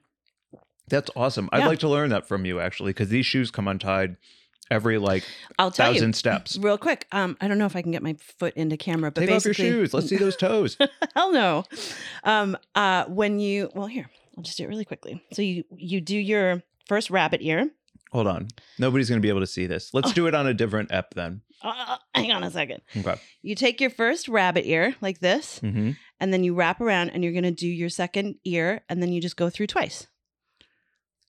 Speaker 2: that's awesome. I'd
Speaker 3: Yeah.
Speaker 2: like to learn that from you actually, because these shoes come untied every like
Speaker 3: I'll tell you.
Speaker 2: thousand steps.
Speaker 3: Real quick, um, I don't know if I can get my foot into camera, but
Speaker 2: Take off your
Speaker 3: basically,
Speaker 2: shoes.
Speaker 3: (laughs)
Speaker 2: Let's see those toes.
Speaker 3: hell no. Um, uh, when you well, here I'll just do it really quickly. So you you do your first rabbit ear.
Speaker 2: Hold on. Nobody's gonna be able to see this.
Speaker 3: Oh.
Speaker 2: Let's do it on a different ep then.
Speaker 3: Uh, (coughs) hang on a second.
Speaker 2: Okay.
Speaker 3: You take your first rabbit ear like this,
Speaker 2: hmm
Speaker 3: and then you wrap around, and you're gonna do your second ear, and then you just go through twice.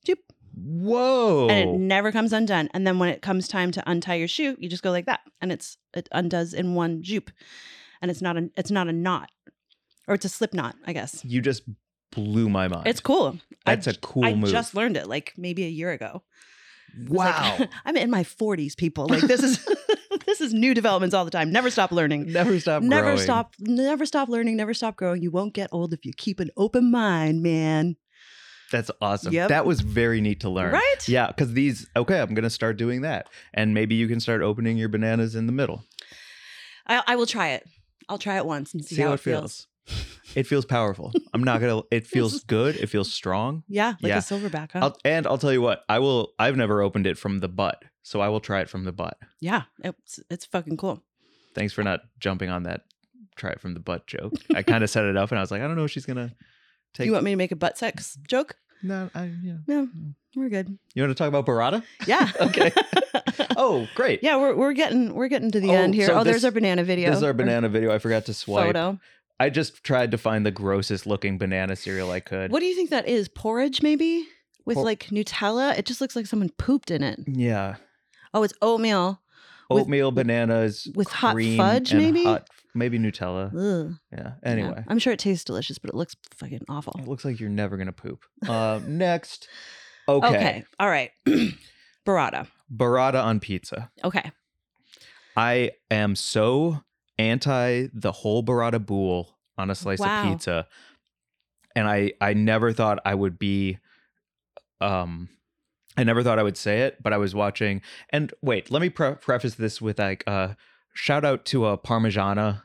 Speaker 3: Doop,
Speaker 2: Whoa.
Speaker 3: and it never comes undone. And then when it comes time to untie your shoe, you just go like that, and it's it undoes in one zoop, and it's not a it's not a knot, or it's a slip knot, I guess.
Speaker 2: you just blew my mind.
Speaker 3: It's cool.
Speaker 2: That's
Speaker 3: a
Speaker 2: a cool
Speaker 3: I
Speaker 2: move.
Speaker 3: just learned it like maybe a year ago. I was
Speaker 2: wow.
Speaker 1: (laughs)
Speaker 3: like, (laughs) I'm in my 40s, people. Like
Speaker 2: (laughs)
Speaker 3: this is (laughs) this is new developments all the time. Never stop learning.
Speaker 2: never stop.
Speaker 3: never
Speaker 2: growing.
Speaker 3: stop never stop learning, never stop growing. You won't get old if you keep an open mind, man.
Speaker 2: That's awesome.
Speaker 3: Yep.
Speaker 2: That was very neat to learn.
Speaker 3: Right?
Speaker 2: Yeah, because these, okay, I'm going to start doing that. And maybe you can start opening your bananas in the middle.
Speaker 3: I, I will try it. I'll try it once and see, how, it feels.
Speaker 2: It feels powerful. I'm not
Speaker 3: (laughs)
Speaker 2: going to, it feels good. It feels strong.
Speaker 3: Yeah, like
Speaker 2: Yeah.
Speaker 3: a silverback. Huh?
Speaker 2: I'll, and I'll tell you what, I will, I've never opened it from the butt. So I will try it from the butt.
Speaker 3: yeah, it's it's fucking cool.
Speaker 2: Thanks for not jumping on that try it from the butt joke. I kind of set it up and I was like, I don't know if she's going to take Mm-hmm.
Speaker 3: you want me to make a butt sex joke?
Speaker 2: No, I, yeah.
Speaker 3: No,
Speaker 2: (laughs)
Speaker 3: we're good.
Speaker 2: You want to talk about
Speaker 3: (laughs)
Speaker 2: burrata?
Speaker 3: Yeah.
Speaker 2: Mm. Okay. Oh, great.
Speaker 3: yeah, we're we're getting we're getting to the
Speaker 2: Oh,
Speaker 3: end here.
Speaker 2: so
Speaker 3: oh,
Speaker 2: this-
Speaker 3: there's our banana video.
Speaker 2: This is
Speaker 3: or
Speaker 2: our banana video. I forgot to swipe.
Speaker 3: photo.
Speaker 2: I just tried to find the grossest looking banana cereal I could.
Speaker 3: What do you think that is? Porridge, maybe with
Speaker 2: Por-
Speaker 3: like Nutella. It just looks like someone pooped in it.
Speaker 2: Yeah.
Speaker 3: Oh, it's oatmeal. With-
Speaker 2: Oatmeal bananas
Speaker 3: with hot
Speaker 2: cream
Speaker 3: fudge,
Speaker 2: and
Speaker 3: maybe?
Speaker 2: hot- maybe Nutella.
Speaker 3: Ugh.
Speaker 2: Yeah.
Speaker 3: Yeah.
Speaker 2: Anyway,
Speaker 3: I'm sure it tastes delicious, but it looks fucking awful.
Speaker 2: it looks like you're never gonna poop.
Speaker 3: (laughs)
Speaker 2: Uh, next, okay.
Speaker 3: Okay, all right, (clears throat) burrata.
Speaker 2: burrata on pizza.
Speaker 3: Okay,
Speaker 2: I am so anti the whole burrata boule on a slice
Speaker 3: Wow.
Speaker 2: of pizza, and I I never thought I would be, um, I never thought I would say it, but I was watching. And wait, let me pre- preface this with like uh, shout out to a Parmigiana.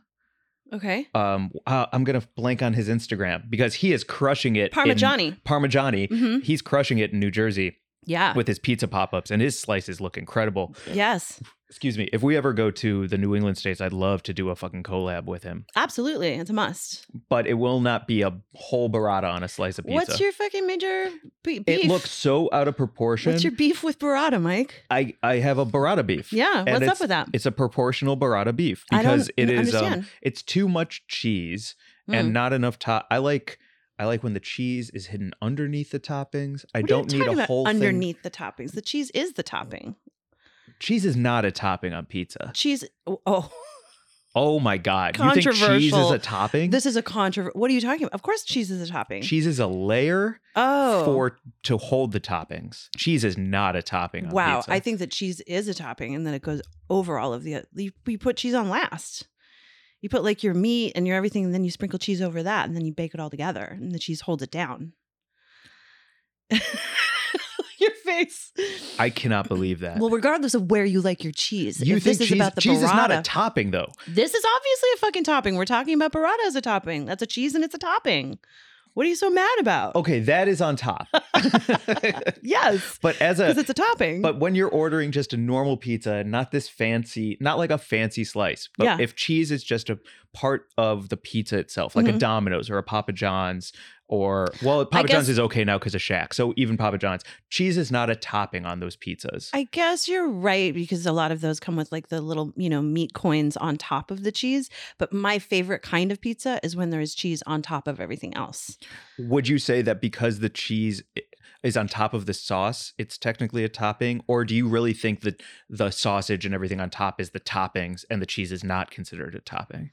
Speaker 3: okay.
Speaker 2: Um, uh, I'm gonna blank on his Instagram because he is crushing it. in-
Speaker 3: Parmigiani.
Speaker 2: Parmigiani.
Speaker 3: hmm
Speaker 2: He's crushing it in New Jersey
Speaker 3: Yeah.
Speaker 2: with his pizza pop-ups, and his slices look incredible
Speaker 3: yes.
Speaker 2: excuse me if we ever go to the new england states i'd love to do a fucking collab with him
Speaker 3: Absolutely. It's a must.
Speaker 2: but it will not be a whole burrata on a slice of pizza
Speaker 3: What's your fucking major be- beef?
Speaker 2: it looks so out of proportion
Speaker 3: What's your beef with burrata, Mike?
Speaker 2: i i have a burrata beef
Speaker 3: Yeah.
Speaker 2: And
Speaker 3: What's up with that?
Speaker 2: it's a proportional burrata beef
Speaker 3: I don't
Speaker 2: because it
Speaker 3: n-
Speaker 2: is um,
Speaker 3: understand.
Speaker 2: it's too much cheese
Speaker 3: Mm.
Speaker 2: and not enough top i like i like when the cheese is hidden underneath the toppings i
Speaker 3: What are you
Speaker 2: don't need
Speaker 3: talking
Speaker 2: a
Speaker 3: about
Speaker 2: whole thing
Speaker 3: underneath the toppings. The cheese is the topping.
Speaker 2: cheese is not a topping on pizza
Speaker 3: Cheese. Oh.
Speaker 2: oh my god you think cheese is
Speaker 3: Controversial.
Speaker 2: a topping
Speaker 3: This is a controversial. What are you talking about? Of course, cheese is a topping.
Speaker 2: cheese is a layer
Speaker 3: oh,
Speaker 2: for to hold the toppings. Cheese is not a topping. On
Speaker 3: wow!
Speaker 2: pizza.
Speaker 3: I think that cheese is a topping, and then it goes over all of the. You, you put cheese on last. You put like your meat and your everything, and then you sprinkle cheese over that, and then you bake it all together, and the cheese holds it down. (laughs) your face.
Speaker 2: I cannot believe that.
Speaker 3: Well, regardless of where you like your cheese,
Speaker 2: you
Speaker 3: if
Speaker 2: think
Speaker 3: this
Speaker 2: cheese,
Speaker 3: is about the
Speaker 2: cheese is not
Speaker 3: burrata-
Speaker 2: a topping though?
Speaker 3: this is obviously a fucking topping. We're talking about burrata as a topping. That's a cheese, and it's a topping. What are you so mad about?
Speaker 2: Okay, that is on
Speaker 3: (laughs)
Speaker 2: top.
Speaker 3: yes.
Speaker 2: but as
Speaker 3: because
Speaker 2: a
Speaker 3: it's a topping.
Speaker 2: but when you're ordering just a normal pizza, not this fancy, not like a fancy slice, but
Speaker 3: Yeah.
Speaker 2: if cheese is just a part of the pizza itself, like a
Speaker 3: Mhm.
Speaker 2: Domino's or a Papa John's or well, Papa John's
Speaker 3: guess-
Speaker 2: is okay now because of Shack. So even Papa John's, cheese is not a topping on those pizzas.
Speaker 3: I guess you're right because a lot of those come with like the little, you know, meat coins on top of the cheese. But my favorite kind of pizza is when there is cheese on top of everything else.
Speaker 2: Would you say that because the cheese is on top of the sauce, it's technically a topping, or do you really think that the sausage and everything on top is the toppings and the cheese is not considered a topping?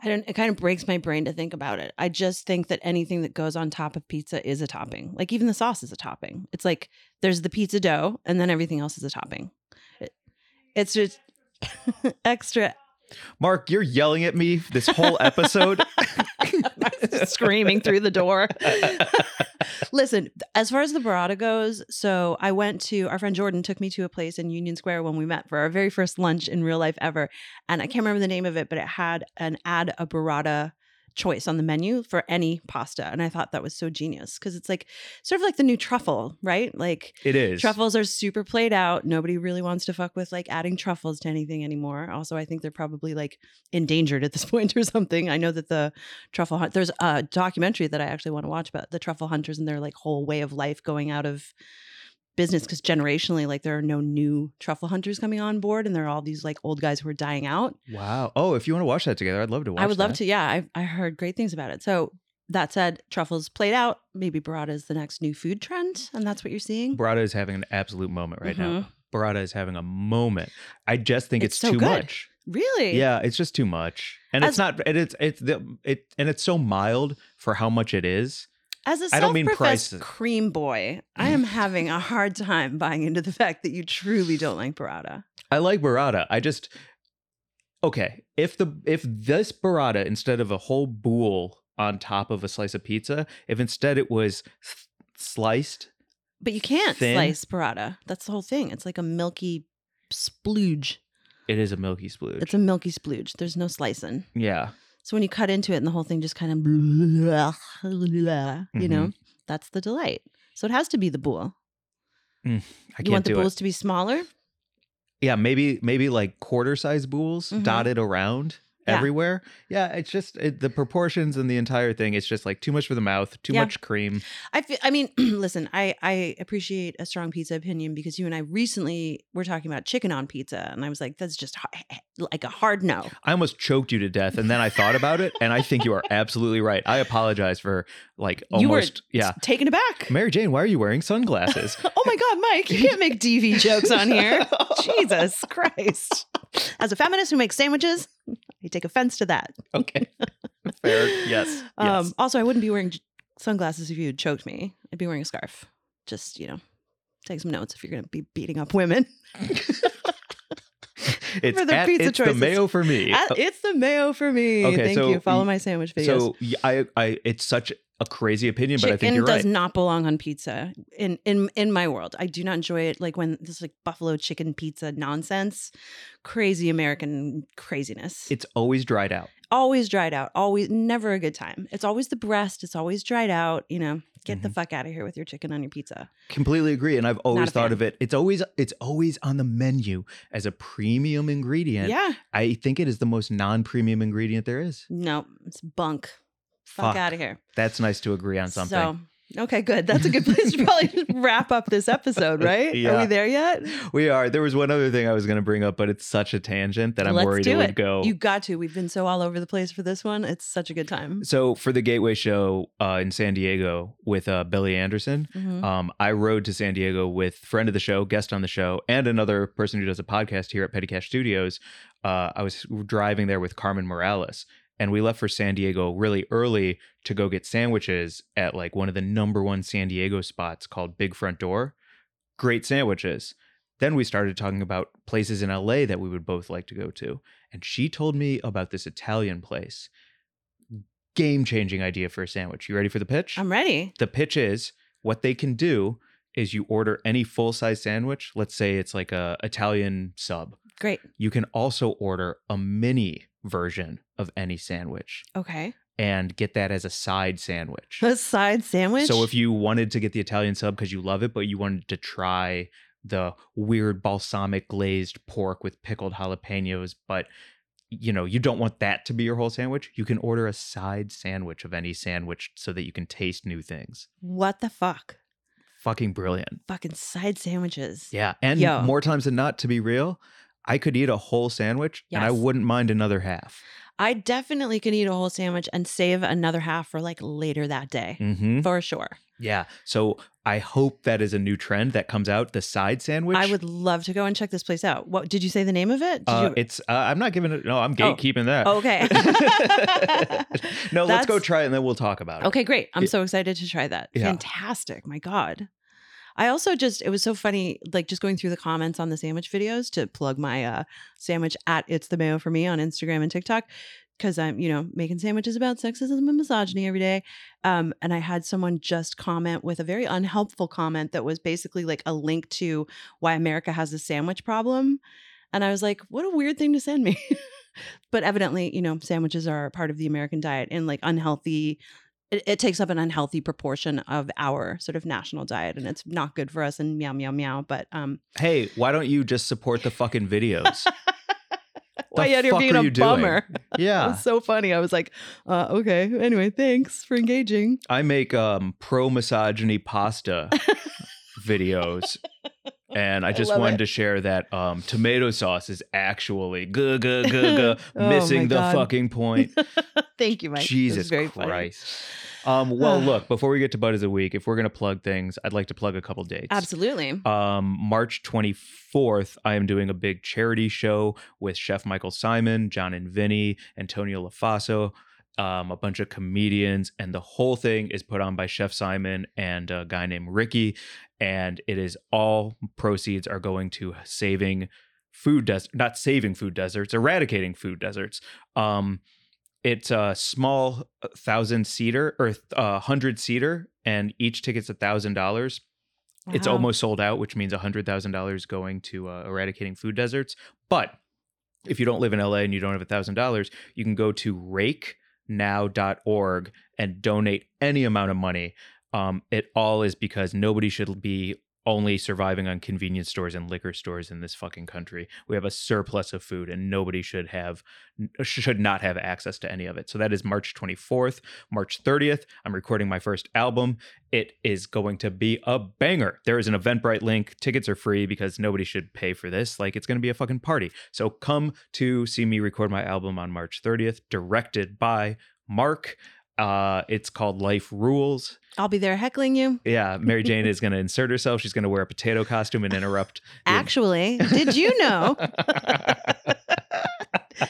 Speaker 3: I don't. It kind of breaks my brain to think about it. I just think that anything that goes on top of pizza is a topping. Like even the sauce is a topping. It's like there's the pizza dough, and then everything else is a topping. It- it's just (laughs) extra
Speaker 2: Mark, you're yelling at me this whole
Speaker 3: (laughs)
Speaker 2: episode.
Speaker 3: screaming through the door. (laughs) Listen, as far as the burrata goes, so I went to our friend Jordan took me to a place in Union Square when we met for our very first lunch in real life ever, and I can't remember the name of it, but it had an add a burrata choice on the menu for any pasta, and I thought that was so genius because it's like sort of like the new truffle, right? Like
Speaker 2: (laughs) It is.
Speaker 3: Truffles are super played out. Nobody really wants to fuck with like adding truffles to anything anymore. Also, I think they're probably like endangered at this (laughs) point or something. I know that the truffle hunt there's a documentary that I actually want to watch about the truffle hunters and their like whole way of life going out of business because generationally like there are no new truffle hunters coming on board and there are all these like old guys who are dying out.
Speaker 2: Wow. Oh, if you want to watch that together, I'd love to watch
Speaker 3: I would love
Speaker 2: that.
Speaker 3: to. Yeah, I I heard great things about it. So that said, truffles played out. Maybe burrata is the next new food trend, and that's what you're seeing.
Speaker 2: Burrata is having an absolute moment right now. Burrata is having a moment. I just think it's,
Speaker 3: Mm-hmm. It's so
Speaker 2: too
Speaker 3: good.
Speaker 2: much.
Speaker 3: Really?
Speaker 2: Yeah, it's just too much. And it's
Speaker 3: As-
Speaker 2: not and it's it's the it and it's so mild for how much it is.
Speaker 3: As a
Speaker 2: I don't mean
Speaker 3: self-professed
Speaker 2: prices.
Speaker 3: cream boy, I am having a hard time buying into the fact that you truly don't like burrata.
Speaker 2: I like burrata. I just Okay, if the if this burrata instead of a whole boule on top of a slice of pizza, if instead it was s- sliced
Speaker 3: But you can't
Speaker 2: Thin?
Speaker 3: slice burrata. That's the whole thing. It's like a milky splooge.
Speaker 2: it is a milky splooge.
Speaker 3: It's a milky splooge. There's no slicing.
Speaker 2: yeah.
Speaker 3: So when you cut into it and the whole thing just kind of, you
Speaker 2: Mm-hmm.
Speaker 3: know, that's the delight. So it has to be the boule.
Speaker 2: I
Speaker 3: you want
Speaker 2: can't
Speaker 3: the
Speaker 2: do it.
Speaker 3: boules to be smaller?
Speaker 2: yeah maybe maybe like quarter size boules
Speaker 3: Mhm.
Speaker 2: dotted around
Speaker 3: Yeah.
Speaker 2: everywhere yeah it's just it, the proportions and the entire thing it's just like too much for the mouth too
Speaker 3: Yeah.
Speaker 2: much cream
Speaker 3: I feel, I mean, (clears throat) listen, I, I appreciate a strong pizza opinion because you and I recently were talking about chicken on pizza, and I was like, that's just ha- like a hard no.
Speaker 2: i almost choked you to death and then i thought about it and i think you are absolutely right i apologize for like
Speaker 3: You were-
Speaker 2: almost yeah
Speaker 3: Taken aback.
Speaker 2: mary jane why are you wearing
Speaker 3: (laughs)
Speaker 2: sunglasses
Speaker 3: Oh
Speaker 2: (laughs)
Speaker 3: my God, Mike, you can't make DV jokes on here. Jesus Christ. As a feminist who makes sandwiches, (laughs) I take offense to that.
Speaker 2: okay fair yes
Speaker 3: (sighs) Um, (laughs)
Speaker 2: yes.
Speaker 3: Also, I wouldn't be wearing j- sunglasses if you had choked me. I'd be wearing a scarf. Just, you know, take some notes if you're going to be beating up women.
Speaker 2: it's,
Speaker 3: for the
Speaker 2: at-
Speaker 3: pizza
Speaker 2: it's the
Speaker 3: choices.
Speaker 2: mayo for me
Speaker 3: Ah, (laughs) it's the mayo for me.
Speaker 2: Okay,
Speaker 3: Thank
Speaker 2: so
Speaker 3: you. Follow
Speaker 2: y-
Speaker 3: my sandwich videos.
Speaker 2: so y- I, I it's such a crazy opinion but i think
Speaker 3: chicken
Speaker 2: you're
Speaker 3: does
Speaker 2: right
Speaker 3: not belong on pizza in in in my world. I do not enjoy it. Like when this like buffalo chicken pizza nonsense, crazy American craziness.
Speaker 2: it's always dried out
Speaker 3: always dried out. Always never a good time. It's always the breast. It's always dried out. You know, get
Speaker 2: Mm-hmm.
Speaker 3: the fuck out of here with your chicken on your pizza.
Speaker 2: Completely agree, and I've always
Speaker 3: a
Speaker 2: thought
Speaker 3: fan.
Speaker 2: of it. It's always it's always on the menu as a premium ingredient.
Speaker 3: yeah.
Speaker 2: I think it is the most non-premium ingredient there is.
Speaker 3: No, it's bunk. Fuck,
Speaker 2: Fuck.
Speaker 3: out of here.
Speaker 2: That's nice to agree on something.
Speaker 3: So okay, good. That's a good place to
Speaker 2: (laughs)
Speaker 3: probably just wrap up this episode, right? Are
Speaker 2: Yeah.
Speaker 3: we there yet?
Speaker 2: We are. There was one other thing I was going to bring up, but it's such a tangent that I'm
Speaker 3: Let's
Speaker 2: worried
Speaker 3: do
Speaker 2: it would
Speaker 3: it.
Speaker 2: go.
Speaker 3: You got to. We've been so all over the place for this one. It's such a good time.
Speaker 2: so for the Gateway Show uh, in San Diego with uh, Billy Anderson,
Speaker 3: Mhm.
Speaker 2: Um, I rode to San Diego with friend of the show, guest on the show, and another person who does a podcast here at Petty Cash Studios. Uh, I was driving there with Carmen Morales, and we left for San Diego really early to go get sandwiches at like one of the number one San Diego spots called Big Front Door. Great sandwiches. Then we started talking about places in LA that we would both like to go to, and she told me about this Italian place. Game changing idea for a sandwich. You ready for the pitch?
Speaker 3: I'm ready.
Speaker 2: the pitch is what they can do is you order any full size sandwich let's say it's like a italian sub
Speaker 3: Great.
Speaker 2: you can also order a mini version of any sandwich
Speaker 3: Okay.
Speaker 2: and get that as a side sandwich
Speaker 3: (laughs) A side sandwich.
Speaker 2: so if you wanted to get the italian sub because you love it but you wanted to try the weird balsamic glazed pork with pickled jalapenos but you know you don't want that to be your whole sandwich you can order a side sandwich of any sandwich so that you can taste new things
Speaker 3: what the fuck?
Speaker 2: fucking brilliant
Speaker 3: Fucking side sandwiches.
Speaker 2: Yeah. And
Speaker 3: Yo.
Speaker 2: more times than not, to be real, I could eat a whole sandwich and I
Speaker 3: Yes.
Speaker 2: wouldn't mind another half.
Speaker 3: I definitely can eat a whole sandwich and save another half for like later that day.
Speaker 2: Mm-hmm.
Speaker 3: For sure.
Speaker 2: Yeah. So I hope that is a new trend that comes out. The side sandwich.
Speaker 3: I would love to go and check this place out. What did you say the name of it? Did
Speaker 2: Uh,
Speaker 3: you,
Speaker 2: it's. Uh, I'm not giving it. No, I'm
Speaker 3: Oh.
Speaker 2: gatekeeping that.
Speaker 3: okay.
Speaker 2: (laughs) no, let's go
Speaker 3: That's-
Speaker 2: try it and then we'll talk about it.
Speaker 3: Okay, great. I'm
Speaker 2: It-
Speaker 3: so excited to try that.
Speaker 2: Yeah.
Speaker 3: Fantastic. My God. I also just it was so funny, like just going through the comments on the sandwich videos to plug my uh sandwich at it's the mayo for me on Instagram and TikTok. Cause I'm, you know, making sandwiches about sexism and misogyny every day. Um, and I had someone just comment with a very unhelpful comment that was basically like a link to why America has a sandwich problem. And I was like, what a weird thing to send me. (laughs) but evidently, you know, sandwiches are a part of the American diet and like unhealthy. It, it takes up an unhealthy proportion of our sort of national diet, and it's not good for us. And meow, meow, meow. But um,
Speaker 2: Hey, why don't you just support the fucking
Speaker 3: (laughs)
Speaker 2: videos?
Speaker 3: why out here
Speaker 2: fuck
Speaker 3: being
Speaker 2: are
Speaker 3: a
Speaker 2: you doing?
Speaker 3: bummer? (laughs) It
Speaker 2: yeah.
Speaker 3: was so funny. I was like, uh, okay. Anyway, thanks for engaging.
Speaker 2: I make um pro misogyny
Speaker 3: (laughs)
Speaker 2: pasta videos. And I just
Speaker 3: love
Speaker 2: wanted
Speaker 3: it.
Speaker 2: to share that um, tomato sauce is actually guh, guh, guh, guh,
Speaker 3: (laughs) Oh my
Speaker 2: missing the
Speaker 3: God.
Speaker 2: fucking point.
Speaker 3: Thank you, Mike. It was
Speaker 2: Jesus
Speaker 3: very funny.
Speaker 2: Christ. Um,
Speaker 3: (sighs)
Speaker 2: well, look, before we get to Bud is a Week, if we're going to plug things, I'd like to plug a couple dates.
Speaker 3: Absolutely.
Speaker 2: Um, March 24th, I am doing a big charity show with Chef Michael Simon, John and Vinny, Antonio LaFaso, um, a bunch of comedians, and the whole thing is put on by Chef Simon and a guy named Ricky. And it is all proceeds are going to saving food deserts, not saving food deserts, eradicating food deserts. Um, it's a small uh, thousand seater or uh, hundred seater, and each ticket's a thousand dollars. It's
Speaker 3: Wow.
Speaker 2: almost sold out, which means $100,000 going to uh, eradicating food deserts. But if you don't live in LA and you don't have $1,000, you can go to rakenow.org and donate any amount of money. Um, it all is because nobody should be only surviving on convenience stores and liquor stores in this fucking country. We have a surplus of food and nobody should have should not have access to any of it. So that is March 24th, March 30th. I'm recording my first album it is going to be a banger. There is an Eventbrite link. Tickets are free because nobody should pay for this. Like, it's going to be a fucking party. So come to see me record my album on March 30th, directed by Mark. Uh, it's called Life Rules.
Speaker 3: I'll be there heckling you.
Speaker 2: Yeah, Mary Jane is going to insert herself. She's going to wear a potato costume and interrupt. the-
Speaker 3: Actually, did you
Speaker 2: (laughs)
Speaker 3: know?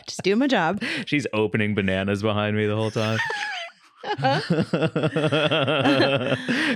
Speaker 3: Just doing my job.
Speaker 2: She's opening bananas behind me the whole time.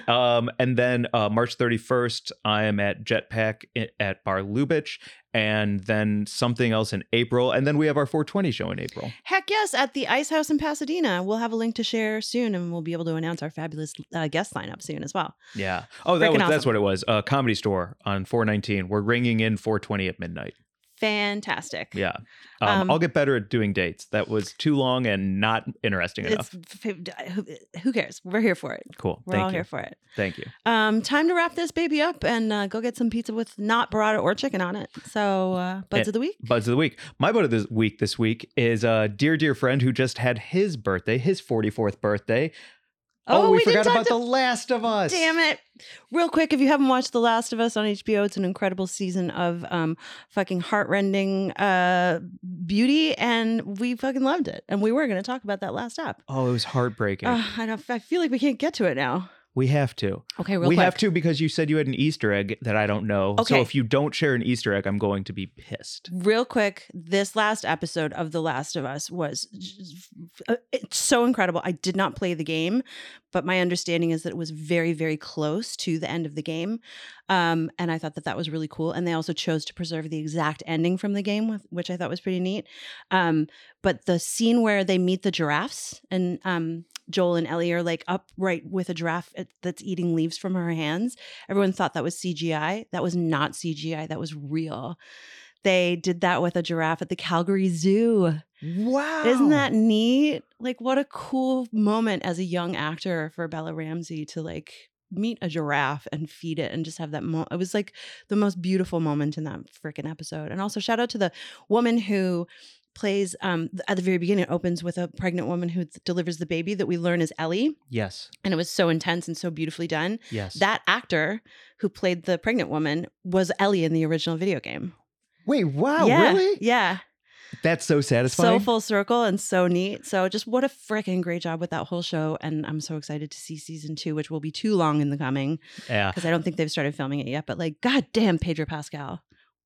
Speaker 2: um, and then uh, March 31st, I am at Jetpack i- at Bar Lubitsch, and then something else in April. And then we have our 420 show in April.
Speaker 3: Heck yes, at the Ice House in Pasadena. We'll have a link to share soon, and we'll be able to announce our fabulous uh, guest lineup soon as well.
Speaker 2: Yeah. Oh, that
Speaker 3: Freaking
Speaker 2: was, that's
Speaker 3: awesome.
Speaker 2: what it was. Uh, Comedy Store on 419. We're ringing in 420 at midnight.
Speaker 3: Fantastic.
Speaker 2: Yeah. Um,
Speaker 3: Um,
Speaker 2: I'll get better at doing dates. That was too long and not interesting
Speaker 3: It's,
Speaker 2: enough.
Speaker 3: who, who cares? We're here for it.
Speaker 2: Cool.
Speaker 3: We're all
Speaker 2: Thank you.
Speaker 3: here for it.
Speaker 2: Thank you.
Speaker 3: Um, time to wrap this baby up and uh, go get some pizza with not burrata or chicken on it. So, uh, buds
Speaker 2: Eh.
Speaker 3: of the week.
Speaker 2: Buds of the week. My bud of the week this week is a dear, dear friend who just had his birthday, his 44th birthday. Oh, we,
Speaker 3: didn't
Speaker 2: forgot
Speaker 3: talk
Speaker 2: about
Speaker 3: to-
Speaker 2: The Last of Us.
Speaker 3: Damn it. Real quick, if you haven't watched The Last of Us on HBO, it's an incredible season of um, fucking heartrending uh, beauty, and we fucking loved it. And we were going to talk about that last app.
Speaker 2: Oh, it was heartbreaking.
Speaker 3: Uh, I, don't, I feel like we can't get to it now.
Speaker 2: we have to.
Speaker 3: Okay, real
Speaker 2: We
Speaker 3: quick.
Speaker 2: have to because you said you had an Easter egg that I don't know. So
Speaker 3: Okay.
Speaker 2: if you don't share an Easter egg, I'm going to be pissed.
Speaker 3: Real quick, this last episode of The Last of Us was j- uh, it's so incredible. I did not play the game, but my understanding is that it was very, very close to the end of the game, um, and I thought that that was really cool. And they also chose to preserve the exact ending from the game, with- which I thought was pretty neat. Um, but the scene where they meet the giraffes and um, Joel and Ellie are like upright with a giraffe at- that's eating leaves from her hands. Everyone thought that was CGI. That was not CGI. That was real. They did that with a giraffe at the Calgary Zoo.
Speaker 2: Wow.
Speaker 3: Isn't that neat? Like, what a cool moment as a young actor for Bella Ramsey to like meet a giraffe and feed it and just have that mo It was like the most beautiful moment in that freaking episode. And also, shout out to the woman who plays um th- at the very beginning it opens with a pregnant woman who th- delivers the baby that we learn is Ellie
Speaker 2: Yes.
Speaker 3: and it was so intense and so beautifully done
Speaker 2: Yes.
Speaker 3: that actor who played the pregnant woman was Ellie in the original video game
Speaker 2: Wait, wow,
Speaker 3: yeah,
Speaker 2: Oh, really?
Speaker 3: Yeah.
Speaker 2: That's so
Speaker 3: so
Speaker 2: satisfying.
Speaker 3: full circle and so neat. So just what a freaking great job with that whole show. And I'm so excited to see season two, which will be too long in the coming
Speaker 2: yeah.
Speaker 3: because I don't think they've started filming it yet. But like, goddamn, Pedro Pascal.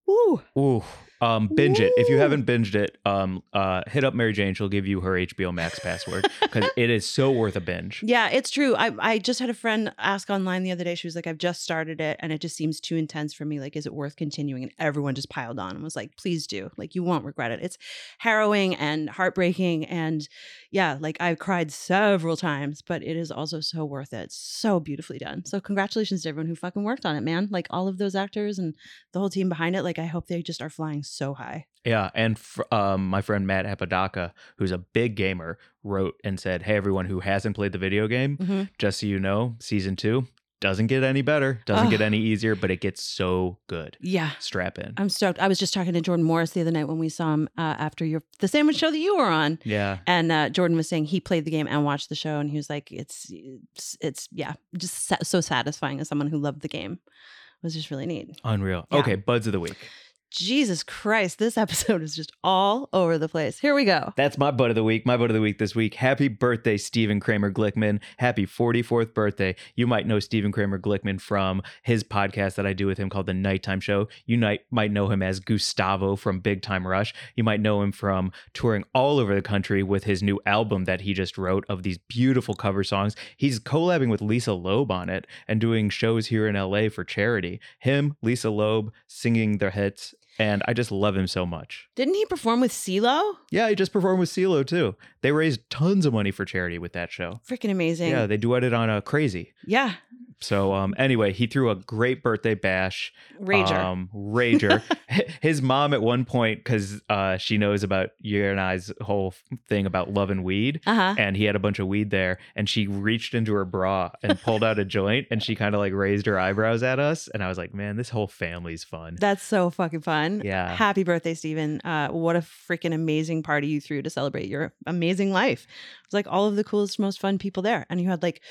Speaker 3: Woo.
Speaker 2: Ooh. Um, binge it. If you
Speaker 3: Ooh.
Speaker 2: haven't binged it, um, uh, hit up Mary Jane. She'll give you her HBO Max password because it is so worth a binge.
Speaker 3: Yeah, it's true. I, I just had a friend ask online the other day. She was like, I've just started it and it just seems too intense for me. Like, is it worth continuing? And everyone just piled on and was like, please do. Like, you won't regret it. It's harrowing and heartbreaking. And yeah, like I cried several times, but it is also so worth it. So beautifully done. So, congratulations to everyone who fucking worked on it, man. Like, all of those actors and the whole team behind it. Like, I hope they just are flying so high.
Speaker 2: Yeah, and fr- um, my friend Matt Apodaca, who's a big gamer, wrote and said, "Hey, everyone who hasn't played the video game,
Speaker 3: Mhm.
Speaker 2: just so you know, season two doesn't get any better, doesn't get
Speaker 3: Ugh.
Speaker 2: any easier, but it gets so good.
Speaker 3: Yeah.
Speaker 2: Strap in."
Speaker 3: I'm stoked. I was just talking to Jordan Morris the other night when we saw him uh, after your the sandwich show that you were on.
Speaker 2: yeah,
Speaker 3: And uh, Jordan was saying he played the game and watched the show, and he was like, "It's, it's, it's yeah, just sa- so satisfying as someone who loved the game." It was just really neat.
Speaker 2: unreal.
Speaker 3: Yeah.
Speaker 2: Okay, buds of the week.
Speaker 3: Jesus Christ, this (laughs) episode is just all over the place. Here we go.
Speaker 2: That's my bud of the week. My bud of the week this week. Happy birthday, Stephen Kramer Glickman. Happy 44th birthday. You might know Stephen Kramer Glickman from his podcast that I do with him called The Nighttime Show. You might, might know him as Gustavo from Big Time Rush. You might know him from touring all over the country with his new album that he just wrote of these beautiful cover songs. He's collabing with Lisa Loeb on it and doing shows here in LA for charity. Him, Lisa Loeb, singing their hits. And I just love him so much.
Speaker 3: Didn't he perform with CeeLo?
Speaker 2: Yeah, he just performed with CeeLo too. They raised tons of money for charity with that show.
Speaker 3: Freaking amazing.
Speaker 2: Yeah,
Speaker 3: Yeah.
Speaker 2: they duetted on a crazy. So um anyway, he threw a great birthday bash.
Speaker 3: Rager.
Speaker 2: Um Rager. His mom at one point, because uh she knows about you and I's whole thing about love and weed.
Speaker 3: uh huh.
Speaker 2: And he had a bunch of weed there, and she reached into her bra and pulled out a joint, and she kind of like raised her eyebrows at us. And I was like, man, this whole family's fun.
Speaker 3: That's so fucking fun.
Speaker 2: Yeah.
Speaker 3: Happy birthday, Steven. Uh, what a freaking amazing party you threw to celebrate your amazing life. It was like all of the coolest, most fun people there. And you had like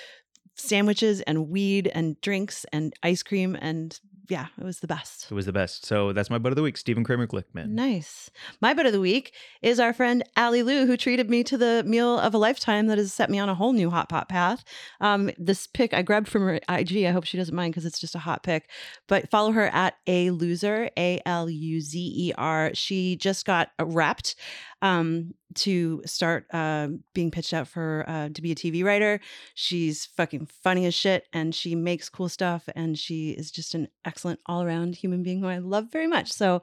Speaker 3: sandwiches and weed and drinks and ice cream. And yeah, it was the best.
Speaker 2: It was the best. So that's my butt of the week, Stephen Kramer Glickman.
Speaker 3: Nice. My bit of the week is our friend Allie Lou, who treated me to the meal of a lifetime that has set me on a whole new hot pot path. Um, this pic I grabbed from her IG. I hope she doesn't mind because it's just a hot pic. But follow her at a loser, A L U Z E R. She just got wrapped um, to start uh, being pitched out for uh, to be a TV writer. She's fucking funny as shit, and she makes cool stuff, and she is just an excellent all around human being who I love very much. So,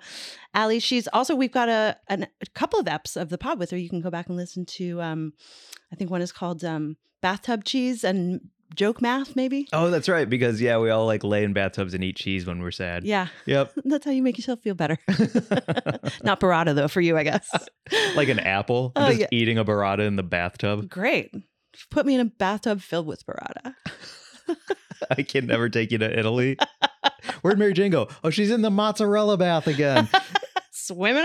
Speaker 3: Allie, she's also we've got a, an, a couple of eps of the pod with her. You can go back and listen to. Um, I think one is called um, Bathtub Cheese and Joke Math, maybe.
Speaker 2: Oh, that's right. Because yeah, we all like lay in bathtubs and eat cheese when we're sad.
Speaker 3: Yeah, (laughs)
Speaker 2: Yep.
Speaker 3: that's how you make yourself
Speaker 2: (laughs)
Speaker 3: feel better. Not burrata though for you, I guess.
Speaker 2: like an apple.
Speaker 3: Oh,
Speaker 2: just
Speaker 3: yeah.
Speaker 2: eating a burrata in the bathtub.
Speaker 3: (laughs) great. Put me in a bathtub filled with burrata. (laughs)
Speaker 2: I can never take you to Italy. Where'd Mary Jane go? Oh, she's in the mozzarella bath
Speaker 3: (laughs)
Speaker 2: again.
Speaker 3: Swimming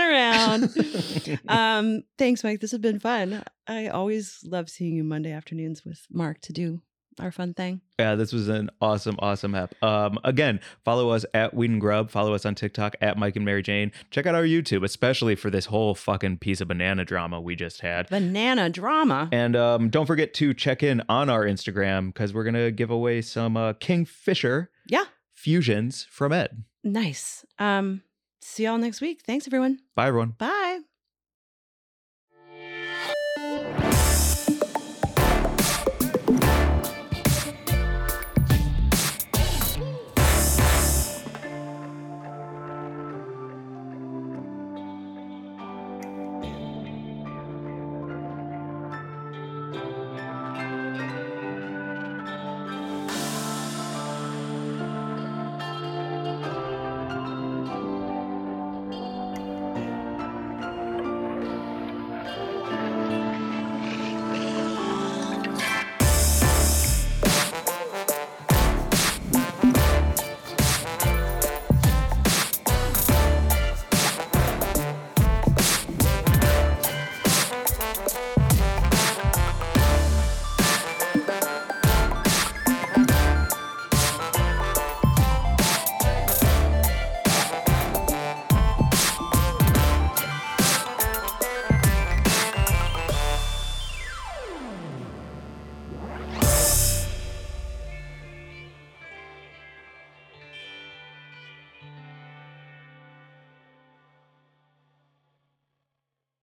Speaker 2: (laughs)
Speaker 3: around. um, thanks, Mike. This has been fun. I always love seeing you Monday afternoons with Mark to do our fun thing.
Speaker 2: Yeah, this was an awesome, awesome app. Um, again, follow us at Weed and Grub. Follow us on TikTok at Mike and Mary Jane. Check out our YouTube, especially for this whole fucking piece of banana drama we just had.
Speaker 3: Banana drama.
Speaker 2: And um, don't forget to check in on our Instagram because we're gonna give away some uh, Kingfisher
Speaker 3: Yeah.
Speaker 2: fusions from Ed.
Speaker 3: Nice. Um, see y'all next week. Thanks, everyone.
Speaker 2: Bye, everyone.
Speaker 3: Bye.